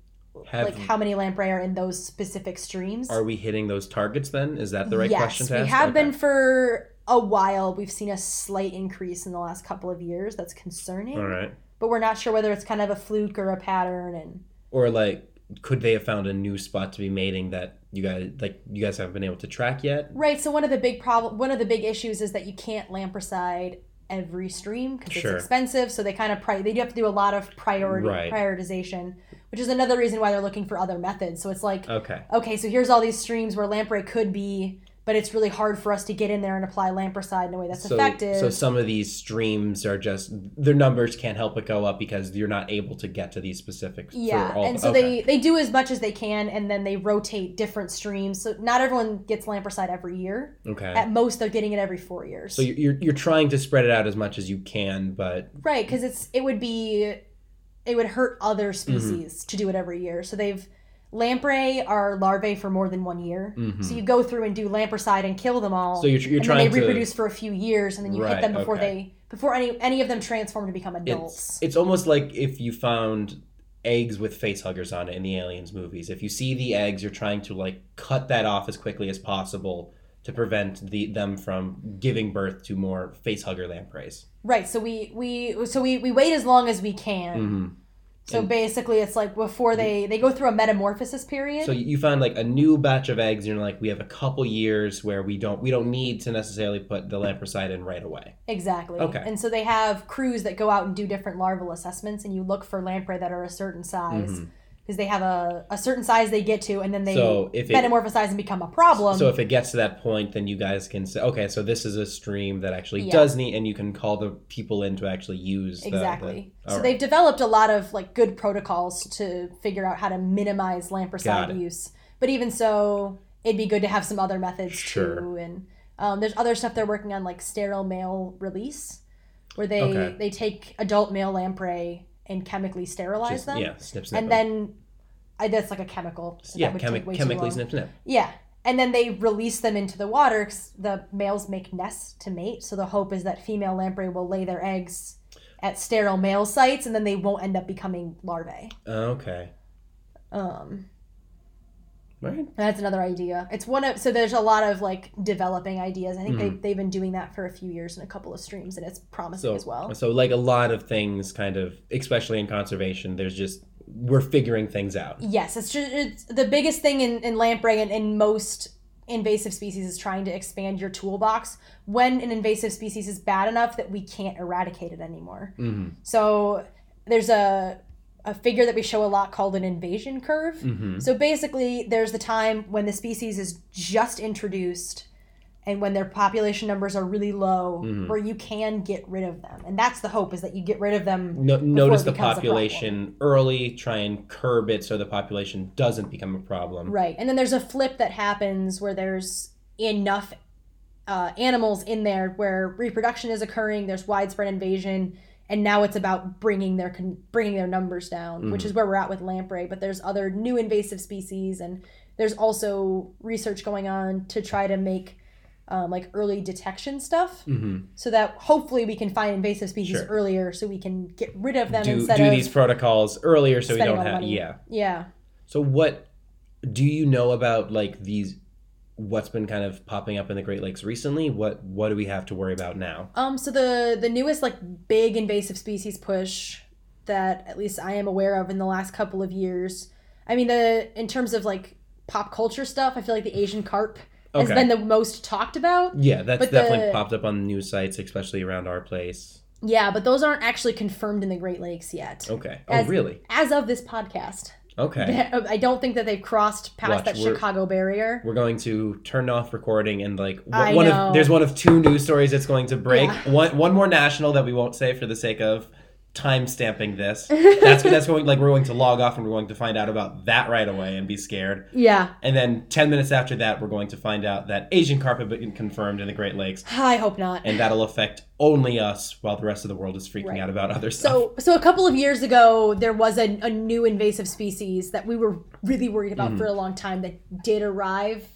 S3: Have-
S2: like how many lamprey are in those specific streams.
S3: are we hitting those targets then? Is that the right
S2: yes,
S3: question to
S2: we
S3: ask?
S2: have
S3: Okay.
S2: been for a while. We've seen a slight increase in the last couple of years. That's concerning,
S3: All right.
S2: but we're not sure whether it's kind of a fluke or a pattern. And
S3: Or like could they have found a new spot to be mating that you guys like you guys haven't been able to track yet?
S2: Right. So one of the big problem, one of the big issues is that you can't lampricide every stream because
S3: Sure.
S2: it's expensive. So they kind of pri- they do have to do a lot of priority
S3: Right.
S2: prioritization, which is another reason why they're looking for other methods. So it's like,
S3: Okay.
S2: okay, so here's all these streams where lamprey could be, but it's really hard for us to get in there and apply lampricide in a way that's
S3: so,
S2: effective.
S3: So some of these streams are just their numbers can't help but go up because you're not able to get to these specifics. for
S2: yeah,
S3: all-
S2: and so
S3: okay.
S2: they they do as much as they can, and then they rotate different streams. So not everyone gets lampricide every year.
S3: okay.
S2: At most, they're getting it every four years.
S3: so you're, you're you're trying to spread it out as much as you can, but
S2: Right, because it's it would be it would hurt other
S3: Mm-hmm.
S2: species to do it every year. So they've lamprey are larvae for more than one year. So you go through and do lampricide and kill them all.
S3: Mm-hmm. So you're- you're
S2: and
S3: trying
S2: then
S3: to-
S2: they reproduce for a few years, and then you
S3: Right,
S2: hit them before
S3: okay.
S2: they before any any of them transform to become adults.
S3: it's it's almost like if you found eggs with face huggers on it in the aliens movies. If you see the eggs, you're trying to like cut that off as quickly as possible to prevent the them from giving birth to more face hugger lampreys.
S2: right. So we we so we we wait as long as we can.
S3: Mm-hmm.
S2: So basically, it's like before they they go through a metamorphosis period.
S3: So you found like a new batch of eggs, and you're like, we have a couple years where we don't we don't need to necessarily put the lampricide in right away.
S2: Exactly.
S3: Okay.
S2: And so they have crews that go out and do different larval assessments, and you look for lamprey that are a certain size
S3: Mm-hmm.
S2: because they have a, a certain size they get to, and then they
S3: So if it-
S2: metamorphosize and become a problem.
S3: So if it gets to that point, then you guys can say, okay, so this is a stream that actually
S2: Yeah.
S3: does need, and you can call the people in to actually use the- the-
S2: exactly.
S3: all
S2: so
S3: right.
S2: they've developed a lot of like good protocols to figure out how to minimize
S3: Got it.
S2: lampricide use. But even so, it'd be good to have some other methods
S3: Sure.
S2: too. And um, there's other stuff they're working on, like sterile male release, where they
S3: Okay.
S2: they take adult male lamprey and chemically sterilize
S3: Just-
S2: them.
S3: yeah, snip snip.
S2: and then I, that's like a chemical. so
S3: yeah,
S2: that would
S3: chemi-
S2: take way too
S3: chemically
S2: long.
S3: snip snip.
S2: Yeah, and then they release them into the water. 'cause the males make nests to mate, so the hope is that female lamprey will lay their eggs at sterile male sites, and then they won't end up becoming larvae.
S3: Okay,
S2: Um,
S3: all right.
S2: that's another idea. It's one of so there's a lot of like developing ideas. I
S3: Hmm.
S2: think they they've been doing that for a few years in a couple of streams, and it's promising
S3: So
S2: as well.
S3: so like a lot of things, kind of, especially in conservation, there's just we're figuring things out.
S2: Yes, it's just it's the biggest thing in, in lamprey and in most invasive species is trying to expand your toolbox when an invasive species is bad enough that we can't eradicate it anymore. So there's a a figure that we show a lot called an invasion curve. So basically, there's the time when the species is just introduced and when their population numbers are really low where you can get rid of them. And that's the hope is that you get rid of them
S3: No, notice
S2: it
S3: the
S2: becomes a problem.
S3: population early, try and curb it so the population doesn't become a problem.
S2: Right. And then there's a flip that happens where there's enough uh, animals in there where reproduction is occurring, there's widespread invasion, and now it's about bringing their con- bringing their numbers down, which
S3: Mm-hmm.
S2: is where we're at with lamprey, but there's other new invasive species and there's also research going on to try to make um, like early detection stuff
S3: Mm-hmm.
S2: so that hopefully we can find invasive species
S3: Mm. Sure.
S2: earlier so we can get rid of them
S3: Do,
S2: instead
S3: do
S2: of
S3: these protocols earlier so we
S2: spending
S3: don't
S2: all the
S3: have
S2: money.
S3: yeah.
S2: yeah
S3: So what do you know about like these what's been kind of popping up in the Great Lakes recently? What what do we have to worry about now?
S2: Um, so the the newest like big invasive species push that at least I am aware of in the last couple of years. I mean, the in terms of like pop culture stuff, I feel like the Asian carp has
S3: Okay.
S2: been the most talked about.
S3: Yeah, that's
S2: But
S3: definitely
S2: the-
S3: popped up on news sites, especially around our place.
S2: Yeah, but those aren't actually confirmed in the Great Lakes yet.
S3: Okay. Oh,
S2: As-
S3: really?
S2: As of this podcast,
S3: Okay.
S2: <laughs> I don't think that they've crossed past
S3: Watch,
S2: that
S3: we're-
S2: Chicago barrier.
S3: We're going to turn off recording and like
S2: I
S3: one
S2: know.
S3: of there's one of two news stories that's going to break.
S2: Yeah.
S3: One one more national that we won't say for the sake of time
S2: <laughs>
S3: stamping this. That's that's going like we're going to log off and we're going to find out about that right away and be scared.
S2: Yeah,
S3: And then 10 minutes after that, we're going to find out that Asian carp have been confirmed in the Great Lakes,
S2: I hope not.
S3: and that'll affect only us while the rest of the world is freaking
S2: Right.
S3: out about other stuff.
S2: So, so a couple of years ago, there was a, a new invasive species that we were really worried about
S3: Mm-hmm.
S2: for a long time that did arrive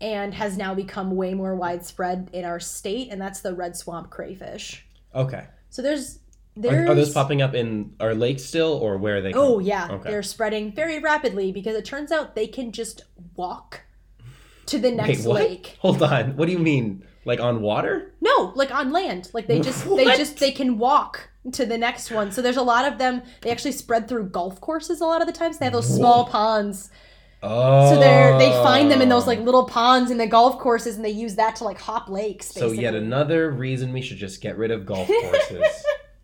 S2: and has now become way more widespread in our state, and that's the red swamp crayfish.
S3: Okay.
S2: So there's
S3: Are,
S2: there's
S3: are those popping up in our lake still, or where are they?
S2: oh
S3: coming-
S2: yeah,
S3: Okay.
S2: they're spreading very rapidly because it turns out they can just walk to the
S3: Wait,
S2: next
S3: what?
S2: lake.
S3: <laughs> Hold on. What do you mean? Like on water?
S2: No, like on land. Like they
S3: <laughs>
S2: just they
S3: What?
S2: just they can walk to the next one. So there's a lot of them. They actually spread through golf courses a lot of the times. They have those small ponds.
S3: Oh.
S2: So they're they find them in those like little ponds in the golf courses and they use that to like hop lakes
S3: So
S2: basically.
S3: yet another reason we should just get rid of
S2: <laughs>
S3: golf courses.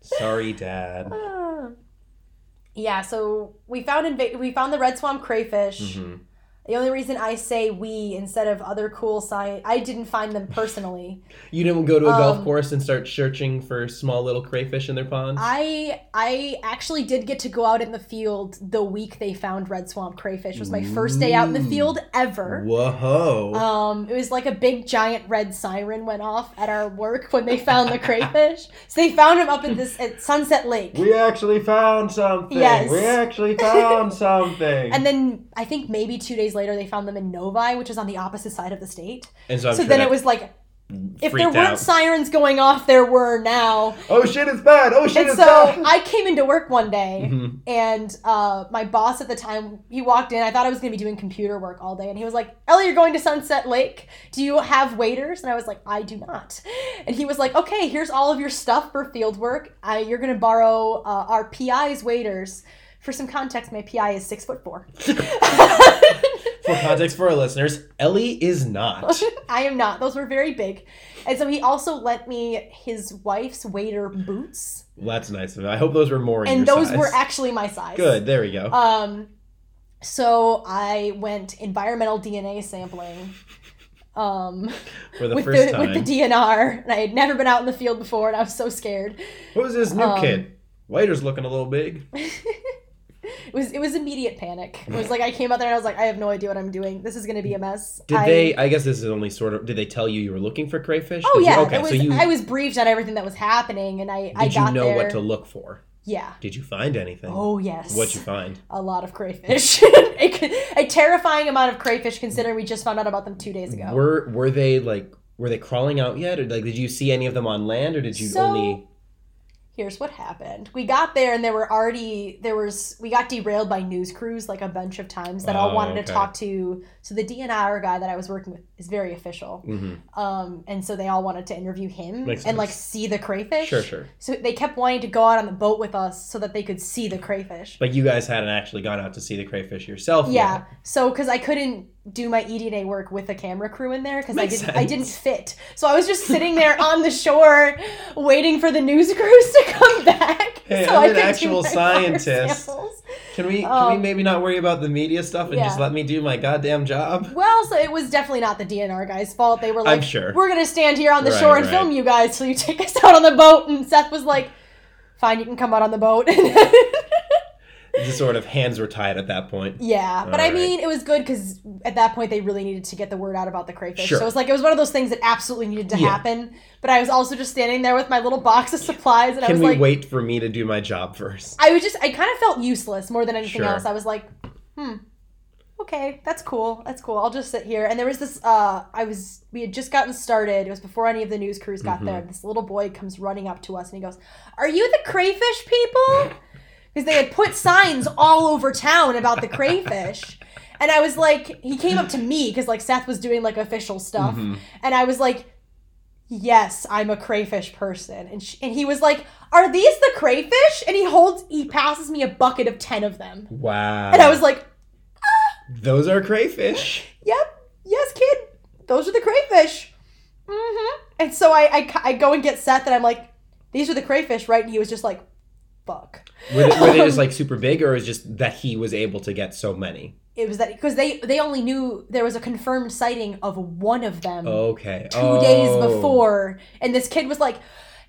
S3: Sorry, Dad.
S2: Uh, Yeah, so we found inva- we found the red swamp crayfish.
S3: Mm-hmm.
S2: The only reason I say we instead of other cool science, I didn't find them personally.
S3: You didn't go to a
S2: um,
S3: golf course and start searching for small little crayfish in their ponds.
S2: I I actually did get to go out in the field the week they found red swamp crayfish. It was my first day out in the field ever.
S3: Whoa.
S2: Um, it was like a big giant red siren went off at our work when they found the
S3: <laughs>
S2: crayfish. So they found him up at this at Sunset Lake.
S3: We actually found something.
S2: Yes.
S3: We
S2: <laughs>
S3: actually found something.
S2: And then I think maybe two days later they found them in Novi, which is on the opposite side of the state.
S3: And so, I'm
S2: so
S3: sure
S2: then
S3: that
S2: it was like, if there
S3: Oh, freaked
S2: weren't
S3: out.
S2: sirens going off, there were now.
S3: Oh shit! It's bad. Oh shit!
S2: And
S3: it's
S2: so
S3: bad.
S2: I came into work one
S3: <laughs>
S2: day,
S3: Mhm.
S2: and uh, my boss at the time he walked in. I thought I was going to be doing computer work all day, and he was like, "Ellie, you're going to Sunset Lake. Do you have waiters?" And I was like, "I do not." And he was like, "Okay, here's all of your stuff for field work. I, you're going to borrow uh, our PI's waiters." For some context, my PI is six foot four. <laughs>
S3: <laughs> For context for our listeners, Ellie
S2: <laughs>
S3: is not.
S2: I am not. Those were very big. And so he also lent me his wife's waiter boots.
S3: Well, that's nice of him. I hope those were more. in
S2: And
S3: your
S2: those
S3: size.
S2: were actually my size.
S3: good. There we go.
S2: Um so I went environmental DNA sampling. Um
S3: for the
S2: <laughs> with
S3: first
S2: the
S3: time.
S2: with the DNR and I had never been out in the field before and I was so scared.
S3: Who's this new
S2: Um,
S3: kid? Waiter's looking a little big.
S2: It was it was immediate panic. It was like I came out there and I was like I have no idea what I'm doing. This is going to be a mess.
S3: Did
S2: I,
S3: they? I guess this is only sort of. Did they tell you you were looking for crayfish?
S2: Oh
S3: Did
S2: yeah,
S3: You, okay,
S2: it was,
S3: so you
S2: I was briefed on everything that was happening and I I
S3: did you
S2: got
S3: know
S2: there.
S3: what to look for?
S2: yeah.
S3: Did you find anything?
S2: Oh yes.
S3: What'd you find?
S2: a lot of crayfish. <laughs> a, a terrifying amount of crayfish, considering we just found out about them two days ago.
S3: Were Were they like? Were they crawling out yet, or like did you see any of them on land, or did you
S2: So-
S3: only?
S2: Here's what happened: we got there, and there were already there was we got derailed by news crews like a bunch of times that all
S3: Oh,
S2: wanted
S3: okay.
S2: to talk to. So the DNR guy that I was working with is very official,
S3: Mhm.
S2: um, and so they all wanted to interview him
S3: Makes
S2: and like
S3: sense.
S2: see the crayfish.
S3: Sure, sure.
S2: So they kept wanting to go out on the boat with us so that they could see the crayfish.
S3: But you guys hadn't actually gone out to see the crayfish yourself.
S2: Yeah.
S3: yet.
S2: So because I couldn't do my EDNA work with a camera crew in there because I
S3: Makes
S2: didn't I
S3: sense.
S2: didn't fit. So I was just sitting there <laughs> on the shore waiting for the news crews to come <laughs> back.
S3: Hey,
S2: so
S3: I'm
S2: I
S3: an
S2: could do
S3: actual
S2: my water
S3: scientist.
S2: samples.
S3: Can we? Can
S2: Um,
S3: we maybe not worry about the media stuff and
S2: yeah.
S3: just let me do my goddamn job? <laughs>
S2: Well, so it was definitely not the DNR guys' fault. They were like,
S3: sure.
S2: "We're gonna stand here on the
S3: Right,
S2: shore and
S3: right.
S2: film you guys till you take us <laughs> out on the boat." And Seth was like, "Fine, you can come out on the boat." <laughs>
S3: Just sort of hands were tied at that point.
S2: Yeah, but I
S3: Alright.
S2: mean, it was good because at that point they really needed to get the word out about the crayfish.
S3: Sure.
S2: So it was like it was one of those things that absolutely needed to
S3: Yeah.
S2: happen. But I was also just standing there with my little box of supplies, and I
S3: Can
S2: was
S3: we
S2: like,
S3: wait for me to do my job first?
S2: I was just, I kind of felt useless more than anything
S3: Sure.
S2: else. I was like, hmm, okay, that's cool, that's cool. I'll just sit here. And there was this, uh, I was, we had just gotten started. It was before any of the news crews got there. This little boy comes running up to us and he goes, "Are you the crayfish people?" Because they had put signs all over town about the crayfish. And I was like, he came up to me because like Seth was doing like official stuff, and I was like, yes, I'm a crayfish person. And she, and he was like, are these the crayfish? And he holds, he passes me a bucket of ten of them,
S3: Wow.
S2: and I was like,
S3: Those
S2: <laughs>
S3: are crayfish.
S2: yep, yes, kid, those are the crayfish. hmm And so I, I ca- I go and get Seth, and I'm like, these are the crayfish, right? And he was just like, fuck.
S3: Were they, were they
S2: Um,
S3: just like super big, or is just that he was able to get so many?
S2: It was that because they they only knew there was a confirmed sighting of one of them.
S3: Okay. Oh. Two
S2: two days before, and this kid was like,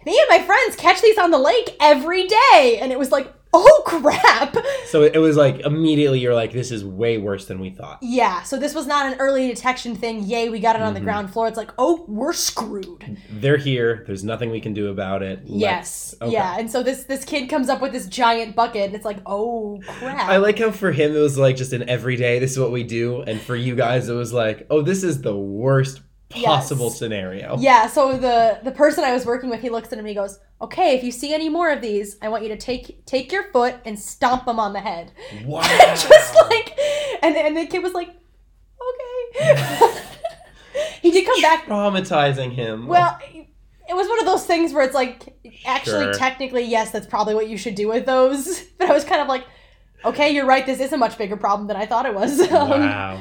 S2: "Me and my friends catch these on the lake every day," and it was like, "Oh crap!"
S3: So it it was like immediately you're like, this is way worse than we thought.
S2: Yeah, so this was not an early detection thing. Yay, we got it on
S3: Mm-hmm.
S2: the ground floor. It's like, oh, we're screwed.
S3: They're here. There's nothing we can do about it.
S2: yes,
S3: Let's- okay.
S2: yeah. And so this this kid comes up with this giant bucket, and it's like, oh crap.
S3: I like how for him it was like just an everyday. This is what we do, and for you guys it was like, oh, this is the worst possible
S2: Yes.
S3: scenario.
S2: yeah, so the the person I was working with, he looks at him and he goes, "Okay, if you see any more of these, I want you to take take your foot and stomp them on the head."
S3: <laughs>
S2: <laughs>
S3: Wow.
S2: just like and and the kid was like okay <laughs> he did come back
S3: traumatizing him.
S2: well it was one of those things where it's like actually
S3: Sure.
S2: technically yes that's probably what you should do with those <laughs> but i was kind of like okay you're right this is a much bigger problem than i thought it was <laughs> Um,
S3: wow.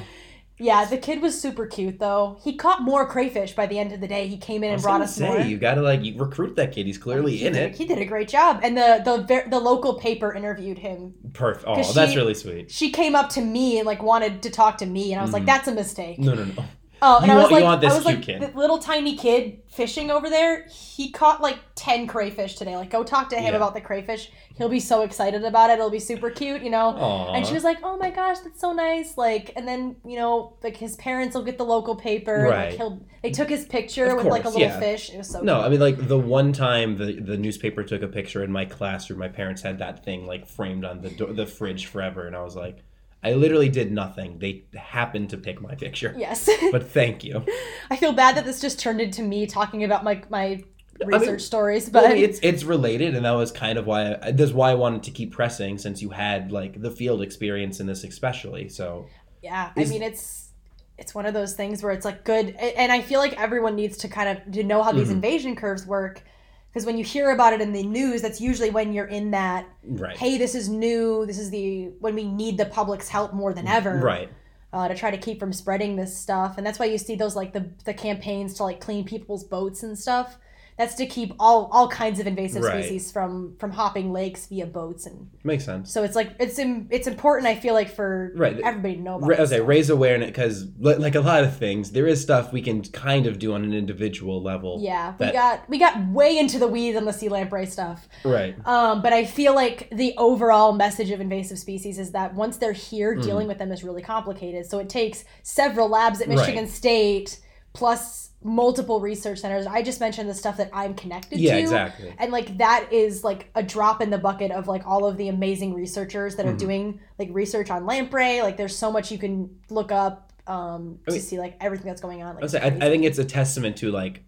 S2: yeah the kid was super cute though he caught more crayfish by the end of the day he came in
S3: I
S2: and
S3: was
S2: brought
S3: gonna
S2: us
S3: say,
S2: more
S3: you gotta like you recruit that kid. He's clearly
S2: he
S3: in
S2: did,
S3: it.
S2: he did a great job and the the ver- the local paper interviewed him
S3: Perfect. Oh,
S2: 'Cause
S3: that's
S2: she-
S3: really sweet.
S2: she came up to me and like wanted to talk to me and i was
S3: Mm.
S2: like that's a mistake
S3: No, no, no.
S2: Oh, and
S3: You
S2: I was
S3: want- you
S2: like,
S3: want this
S2: I was
S3: cute
S2: like,
S3: kid.
S2: the little tiny kid fishing over there. He caught like ten crayfish today. Like, go talk to him
S3: Yeah.
S2: about the crayfish. He'll be so excited about it. It'll be super cute, you know.
S3: Aw.
S2: And she was like, "Oh my gosh, that's so nice!" Like, and then you know, like his parents will get the local paper. and,
S3: Right.
S2: like, he'll they took his picture
S3: Of
S2: with like a
S3: course,
S2: little
S3: yeah.
S2: fish. It was so
S3: No,
S2: cute.
S3: I mean like the one time the, the newspaper took a picture in my classroom, my parents had that thing like framed on the door, the fridge forever, and I was like, I literally did nothing. They happened to pick my picture,
S2: Yes, <laughs>
S3: but thank you.
S2: I feel bad that this just turned into me talking about my my
S3: mean-
S2: research stories,
S3: But
S2: but
S3: it's it's related, and that was kind of why I, that's why I wanted to keep pressing since you had like the field experience in this especially. So
S2: Yeah, I mean it's it's one of those things where it's like good, a- and I feel like everyone needs to kind of to know how
S3: Mm-hmm.
S2: these invasion curves work, because when you hear about it in the news, that's usually when you're in that
S3: right,
S2: hey, this is new, this is the when we need the public's help more than ever,
S3: right,
S2: Uh, to try to keep from spreading this stuff, and that's why you see those like the the campaigns to like clean people's boats and stuff. That's to keep all all kinds of invasive
S3: Right.
S2: species from from hopping lakes via boats, and
S3: makes sense.
S2: so it's like it's Im- it's important. I feel like for
S3: Right.
S2: everybody to know about.
S3: Ra-
S2: this
S3: okay,
S2: stuff.
S3: raise awareness because, like a lot of things, there is stuff we can kind of do on an individual level.
S2: Yeah, we
S3: that-
S2: got we got way into the weeds on the sea lamprey stuff.
S3: right.
S2: Um, but I feel like the overall message of invasive species is that once they're here,
S3: Mm.
S2: dealing with them is really complicated. So it takes several labs at Michigan
S3: Right.
S2: State plus multiple research centers. I just mentioned the stuff that I'm connected
S3: Yeah,
S2: to.
S3: exactly.
S2: And like that is like a drop in the bucket of like all of the amazing researchers
S3: Mm-hmm.
S2: that are doing like research on lamprey. Like there's so much you can look up um, to
S3: mean-
S2: see like everything that's going on. Like,
S3: I, was saying, I, I think it's a testament to like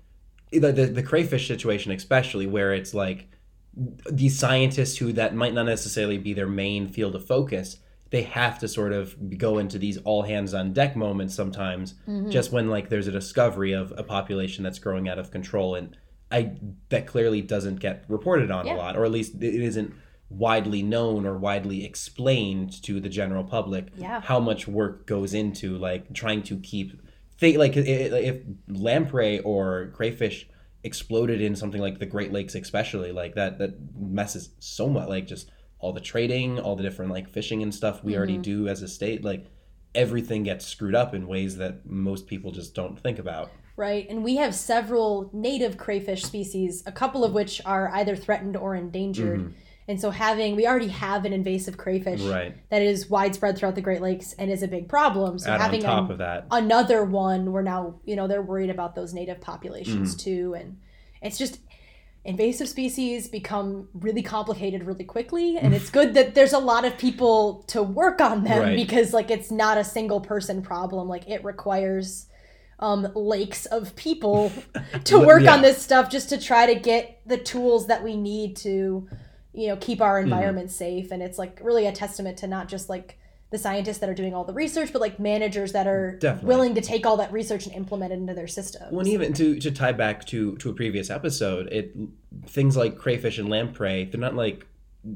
S3: the, the the crayfish situation, especially where it's like these scientists who that might not necessarily be their main field of focus. They have to sort of go into these all hands on deck moments sometimes,
S2: Mm-hmm.
S3: just when like there's a discovery of a population that's growing out of control, and I that clearly doesn't get reported on
S2: Yeah.
S3: a lot, or at least it isn't widely known or widely explained to the general public
S2: Yeah.
S3: how much work goes into like trying to keep thi- like i- i- if lamprey or crayfish exploded in something like the Great Lakes especially like that that messes so much like just all the trading all the different like fishing and stuff we already
S2: Mm-hmm.
S3: do as a state like everything gets screwed up in ways that most people just don't think about
S2: Right, and we have several native crayfish species, a couple of which are either threatened or endangered.
S3: Mm-hmm.
S2: And so, having we already have an invasive crayfish
S3: Right.
S2: that is widespread throughout the Great Lakes and is a big problem. So,
S3: add on
S2: having
S3: top
S2: an-
S3: of that
S2: another one, we're now you know they're worried about those native populations
S3: Mm-hmm.
S2: too, and it's just invasive species become really complicated really quickly. And it's good that there's a lot of people to work on them
S3: Right.
S2: because like it's not a single person problem. Like it requires um, lakes of
S3: <laughs>
S2: people to
S3: Well,
S2: work
S3: yeah.
S2: on this stuff just to try to get the tools that we
S3: Mm-hmm.
S2: need to, you know, keep our environment safe. And it's like really a testament to not just like the scientists that are doing all the research, but like managers that are
S3: Definitely.
S2: willing to take all that research and implement it into their systems.
S3: Well, and even to, to tie back to, to a previous episode, it things like crayfish and lamprey, they're not like,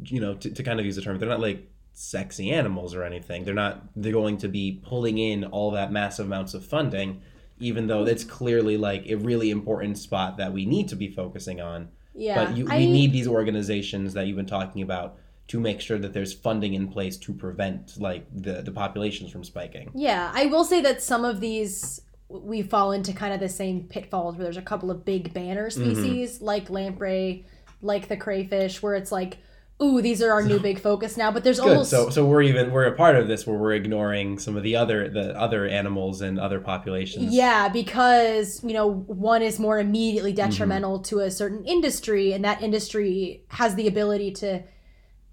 S3: you know, to, to kind of use the term, they're not like sexy animals or anything. They're not, they're going to be pulling in all that massive amounts of funding, even though it's clearly like a really important spot that we need to be focusing on.
S2: yeah,
S3: But you, we
S2: I-
S3: need these organizations that you've been talking about to make sure that there's funding in place to prevent like the, the populations from spiking.
S2: Yeah, I will say that some of these we fall into kind of the same pitfalls where there's a couple of big banner
S3: Mm-hmm.
S2: species like lamprey, like the crayfish, where it's like, ooh, these are our
S3: <laughs>
S2: new big focus now. But there's
S3: Good.
S2: almost
S3: So, so we're even we're a part of this where we're ignoring some of the other the other animals and other populations.
S2: Yeah, because you know one is more immediately
S3: Mm-hmm.
S2: detrimental to a certain industry, and that industry has the ability to,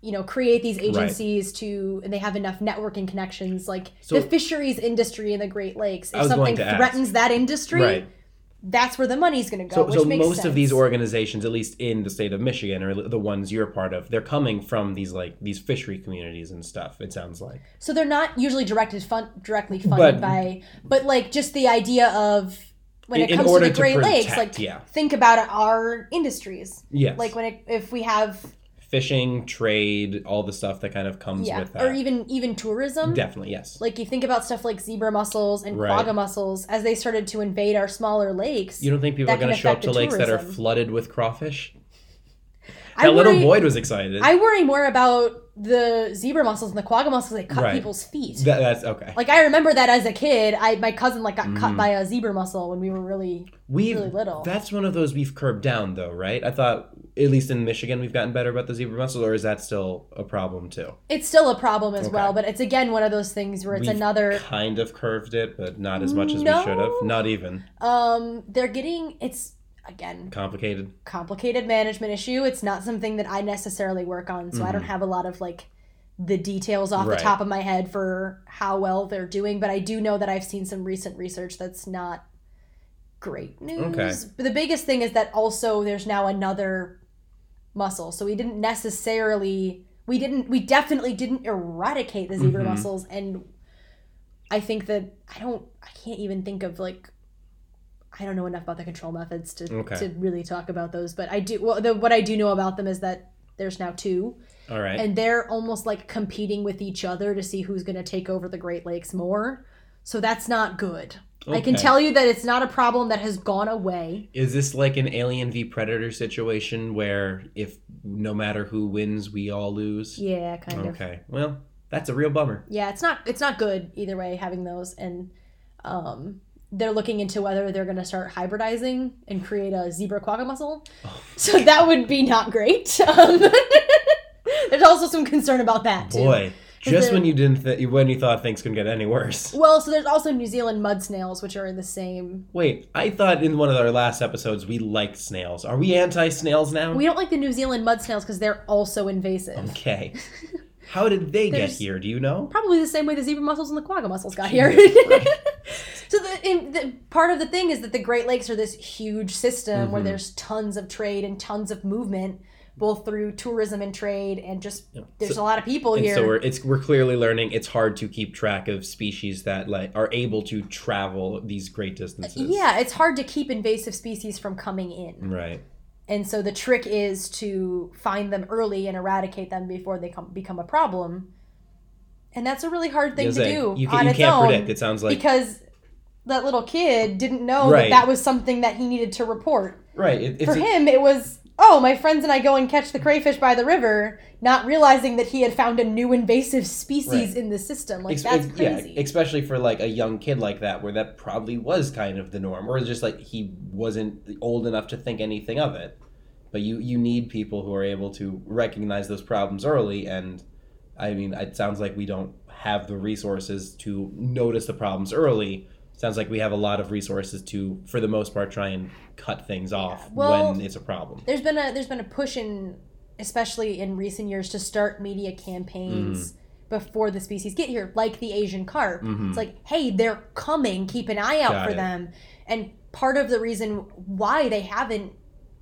S2: you know, create these agencies to, and they have enough networking connections. Like the
S3: So-
S2: fisheries industry in the Great Lakes,
S3: I
S2: if
S3: was
S2: something
S3: going to ask.
S2: threatens that industry,
S3: Right.
S2: that's where the money's going to go.
S3: So,
S2: which
S3: so
S2: makes
S3: most of
S2: sense.
S3: these organizations, at least in the state of Michigan, or the ones you're part of, they're coming from these like these fishery communities and stuff. It sounds like.
S2: so they're not usually directed fun- directly funded
S3: But-
S2: by, but like just the idea of when
S3: In-
S2: it
S3: in
S2: comes to
S3: order
S2: the
S3: to
S2: Great Lakes, like
S3: protect, yeah.
S2: think about our industries.
S3: Yes.
S2: Like when it, if we have
S3: fishing, trade, all the stuff that kind of comes
S2: yeah
S3: with that.
S2: or even even tourism
S3: Definitely yes.
S2: like you think about stuff like zebra mussels and
S3: Right.
S2: quagga mussels as they started to invade our smaller lakes
S3: you don't think people
S2: that
S3: are going to
S2: can
S3: show up
S2: affect
S3: to
S2: the
S3: lakes that are
S2: tourism.
S3: flooded with crawfish?
S2: I
S3: That little
S2: worry-
S3: Boyd was excited.
S2: i worry more about the zebra mussels and the quagga mussels that cut
S3: Right.
S2: people's feet
S3: That- that's okay.
S2: like i remember that as a kid i my cousin like got
S3: Mm.
S2: cut by a zebra mussel when we were really
S3: We've
S2: really little.
S3: that's one of those we've curbed down though, right? I thought at least in Michigan we've gotten better about the zebra mussel, or is that still a problem too?
S2: it's still a problem as well but it's again one of those things where it's
S3: We've
S2: another
S3: kind of curved it, but not as much as
S2: No.
S3: we should have. Not even
S2: um they're getting it's again
S3: complicated.
S2: complicated management issue. It's not something that I necessarily work on, so I don't have a lot of like the details off
S3: Mm-hmm. Right.
S2: the top of my head for how well they're doing, but I do know that I've seen some recent research that's not great news.
S3: Okay.
S2: But the biggest thing is that also there's now another muscle. So we didn't necessarily we didn't we definitely didn't eradicate the
S3: Mm-hmm.
S2: zebra mussels and I think that I don't I can't even think of like I don't know enough about the control methods to
S3: Okay.
S2: to really talk about those, but I do well, the, what I do know about them is that there's now two
S3: All right.
S2: and they're almost like competing with each other to see who's going to take over the Great Lakes more. So that's not good. I can
S3: Okay.
S2: tell you that it's not a problem that has gone away.
S3: is this like an Alien v Predator situation where if no matter who wins, we all lose?
S2: Yeah, kind of.
S3: Okay. Well, that's a real bummer.
S2: yeah it's not it's not good either way having those and um they're looking into whether they're going to start hybridizing and create a zebra quagga mussel so that would be not great <laughs> um, there's also some concern about that too
S3: Boy, just
S2: they're-
S3: when you didn't th- when you thought things couldn't get any worse.
S2: well so there's also new zealand mud snails which are in the same
S3: Wait, I thought in one of our last episodes we liked snails. Are we anti snails now?
S2: we don't like the new zealand mud snails because they're also invasive
S3: Okay. How did they get
S2: There's-
S3: here? Do you know?
S2: probably the same way the zebra mussels and the quagga mussels got here. <laughs> so the, in, the part of the thing is that the Great Lakes are this huge system
S3: Mm-hmm.
S2: where there's tons of trade and tons of movement, both through tourism and trade, and just there's
S3: So-
S2: a lot of people
S3: And
S2: here.
S3: so we're it's we're clearly learning it's hard to keep track of species that like are able to travel these great distances.
S2: yeah, it's hard to keep invasive species from coming in.
S3: Right.
S2: And so the trick is to find them early and eradicate them before they come, become a problem. And that's a really hard thing
S3: It's
S2: to
S3: like,
S2: do
S3: you,
S2: on
S3: can, you
S2: its
S3: can't
S2: own.
S3: predict. It sounds like
S2: because that little kid didn't know
S3: Right.
S2: that that was something that he needed to report.
S3: right. It, it's
S2: For him, it was, oh, my friends and I go and catch the crayfish by the river, not realizing that he had found a new invasive <laughs> species
S3: Right.
S2: in the system. Like,
S3: ex-
S2: that's
S3: ex-
S2: crazy.
S3: Yeah, especially for like a young kid like that, where that probably was kind of the norm, or just like he wasn't old enough to think anything of it. But you you need people who are able to recognize those problems early, and I mean, it sounds like we don't have the resources to notice the problems early. Sounds like we have a lot of resources to, for the most part, try and cut things off
S2: Well-
S3: when it's a problem.
S2: there's been a there's been a push in especially in recent years to start media campaigns
S3: Mm-hmm.
S2: before the species get here like the asian carp it's like hey they're coming keep an eye out
S3: Got
S2: for
S3: it.
S2: them and part of the reason why they haven't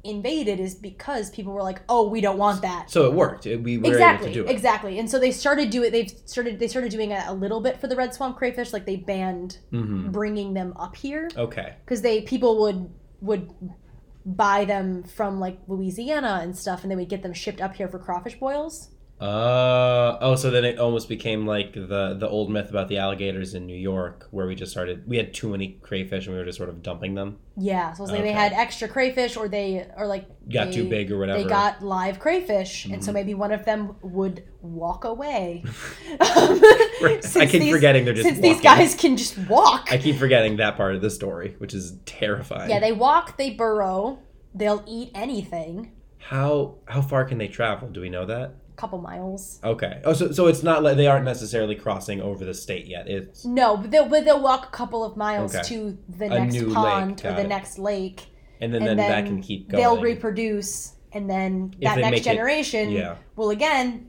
S2: invaded is because people were like, "Oh, we don't want that."
S3: So it worked. It- We were
S2: exactly
S3: able to do it.
S2: exactly and so they started do it they've started they started doing it a little bit for the red swamp crayfish like they banned
S3: Mm-hmm.
S2: bringing them up here
S3: Okay.
S2: because they people would would buy them from like louisiana and stuff and they would get them shipped up here for crawfish boils
S3: Uh oh. So then it almost became like the the old myth about the alligators in New York, where we just started. We had too many crayfish, and we were just sort of dumping them.
S2: yeah so it's like they
S3: Okay.
S2: had extra crayfish or they or like
S3: Got
S2: they-
S3: too big or whatever. Mm-hmm.
S2: they got live crayfish and so maybe one of them would walk away
S3: <laughs>
S2: <laughs>
S3: I keep forgetting they're just
S2: since these
S3: walking.
S2: guys can just walk
S3: I keep forgetting that part of the story, which is terrifying.
S2: Yeah, they walk, they burrow, they'll eat anything.
S3: how how far can they travel? Do we know that?
S2: A couple miles.
S3: Okay. Oh, so so it's not like they aren't necessarily crossing over the state yet. It's
S2: No, but they'll, but they'll walk a couple of miles
S3: Okay.
S2: to the
S3: A
S2: next
S3: new lake,
S2: pond or
S3: got
S2: the
S3: it.
S2: next lake.
S3: and then,
S2: And
S3: then,
S2: then
S3: that can keep going.
S2: They'll reproduce, and then that
S3: they
S2: next
S3: make it-
S2: generation
S3: yeah.
S2: will again,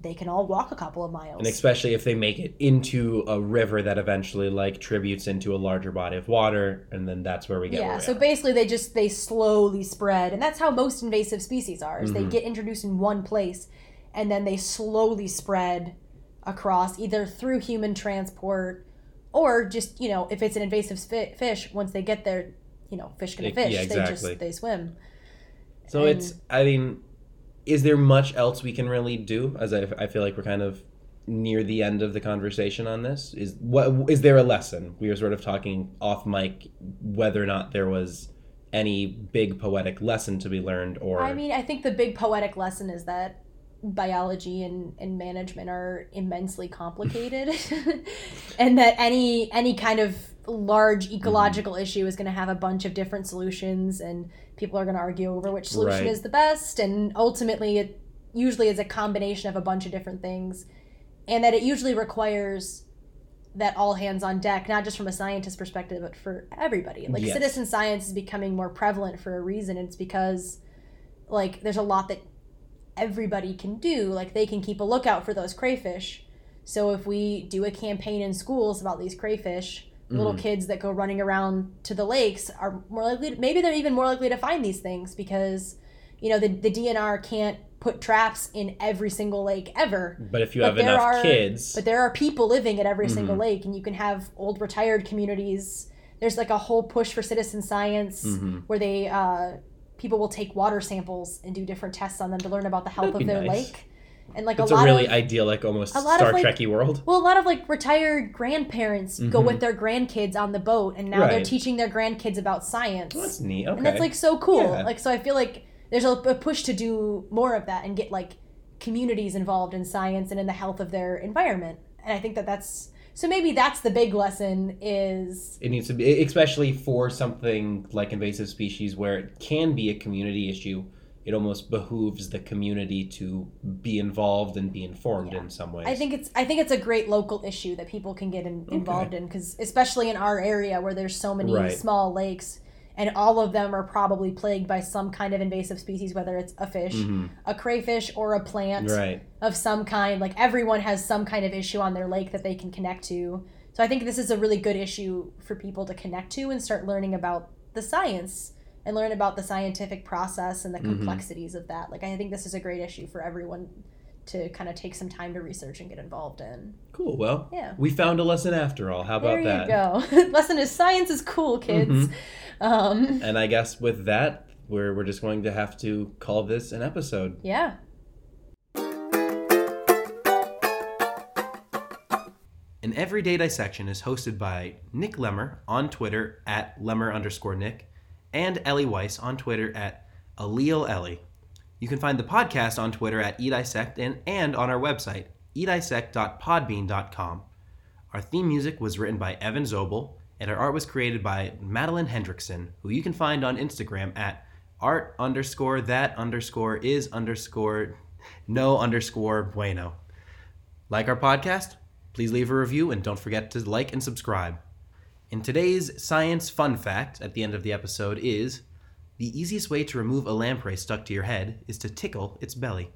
S2: they can all walk a couple of miles.
S3: and especially if they make it into a river that eventually like tributes into a larger body of water, and then that's where we get. where
S2: yeah,
S3: we
S2: so
S3: are.
S2: basically they just they slowly spread, and that's how most invasive species are. Is
S3: Mm-hmm.
S2: they get introduced in one place, and then they slowly spread across either through human transport or just you know if it's an invasive fi- fish once they get there you know fish gonna
S3: It-
S2: fish
S3: yeah,
S2: they
S3: exactly.
S2: just they swim
S3: So it's, I mean, is there much else we can really do? As I, I feel like we're kind of near the end of the conversation on this. Is what is there a lesson? We were sort of talking off mic whether or not there was any big poetic lesson to be learned, or
S2: i mean i think the big poetic lesson is that biology and, and management are immensely complicated <laughs> and that any any kind of large
S3: Mm-hmm.
S2: ecological issue is going to have a bunch of different solutions and people are going to argue over which solution
S3: Right.
S2: is the best and ultimately it usually is a combination of a bunch of different things and that it usually requires that all hands on deck not just from a scientist perspective but for everybody like
S3: Yes.
S2: citizen science is becoming more prevalent for a reason and it's because like there's a lot that everybody can do like they can keep a lookout for those crayfish so if we do a campaign in schools about these crayfish little kids that go running around to the lakes are more likely to, maybe they're even more likely to find these things because you know the, the dnr can't put traps in every single lake ever
S3: but if you
S2: but
S3: have
S2: there
S3: enough
S2: are-
S3: kids,
S2: but there are people living at every
S3: Mm-hmm.
S2: single lake, and you can have old retired communities. There's like a whole push for citizen science
S3: Mm-hmm.
S2: where they uh, people will take water samples and do different tests on them to learn about the health
S3: That'd
S2: of
S3: be
S2: their
S3: nice.
S2: lake. And like
S3: it's
S2: a
S3: a
S2: lot
S3: really
S2: of
S3: idyllic, almost
S2: a lot
S3: Star
S2: of, like-
S3: Trekky world.
S2: well, a lot of like retired grandparents go with their grandkids on the boat, and now they're
S3: Mm-hmm. Right.
S2: teaching their grandkids about science.
S3: That's neat. Okay,
S2: And that's like so cool.
S3: Yeah.
S2: Like so I feel like there's a, a push to do more of that and get like communities involved in science and in the health of their environment. And I think that that's so maybe that's the big lesson is
S3: It needs to be, e, especially for something like invasive species where it can be a community issue. It almost behooves the community to be involved and be informed in some ways.
S2: I think it's I think it's a great local issue that people can get in, involved in cuz especially in our area where there's so many
S3: Right.
S2: small lakes and all of them are probably plagued by some kind of invasive species whether it's a fish, a crayfish or a plant.
S3: Mm-hmm. right.
S2: of some kind. Like everyone has some kind of issue on their lake that they can connect to. So I think this is a really good issue for people to connect to and start learning about the science and learn about the scientific process and the
S3: Mm-hmm.
S2: complexities of that. Like I think this is a great issue for everyone to kind of take some time to research and get involved in.
S3: Cool. Well,
S2: Yeah.
S3: we found a lesson after all. How
S2: There
S3: about that? Mm-hmm.
S2: you go. <laughs> Lesson is science is cool, kids. Um,
S3: And I guess with that, we're we're just going to have to call this an episode.
S2: yeah.
S3: An Everyday Dissection is hosted by Nick Lemmer on Twitter at Lemmer underscore Nick and Ellie Weiss on Twitter at Allele Ellie. You can find the podcast on Twitter at eDissect and, and on our website, E edissect.podbean.com. Our theme music was written by Evan Zobel, and our art was created by Madeline Hendrickson, who you can find on Instagram at art underscore that underscore is underscore no underscore bueno. Like our podcast? Please leave a review and don't forget to like and subscribe. In today's science fun fact at the end of the episode is the easiest way to remove a lamprey stuck to your head is to tickle its belly.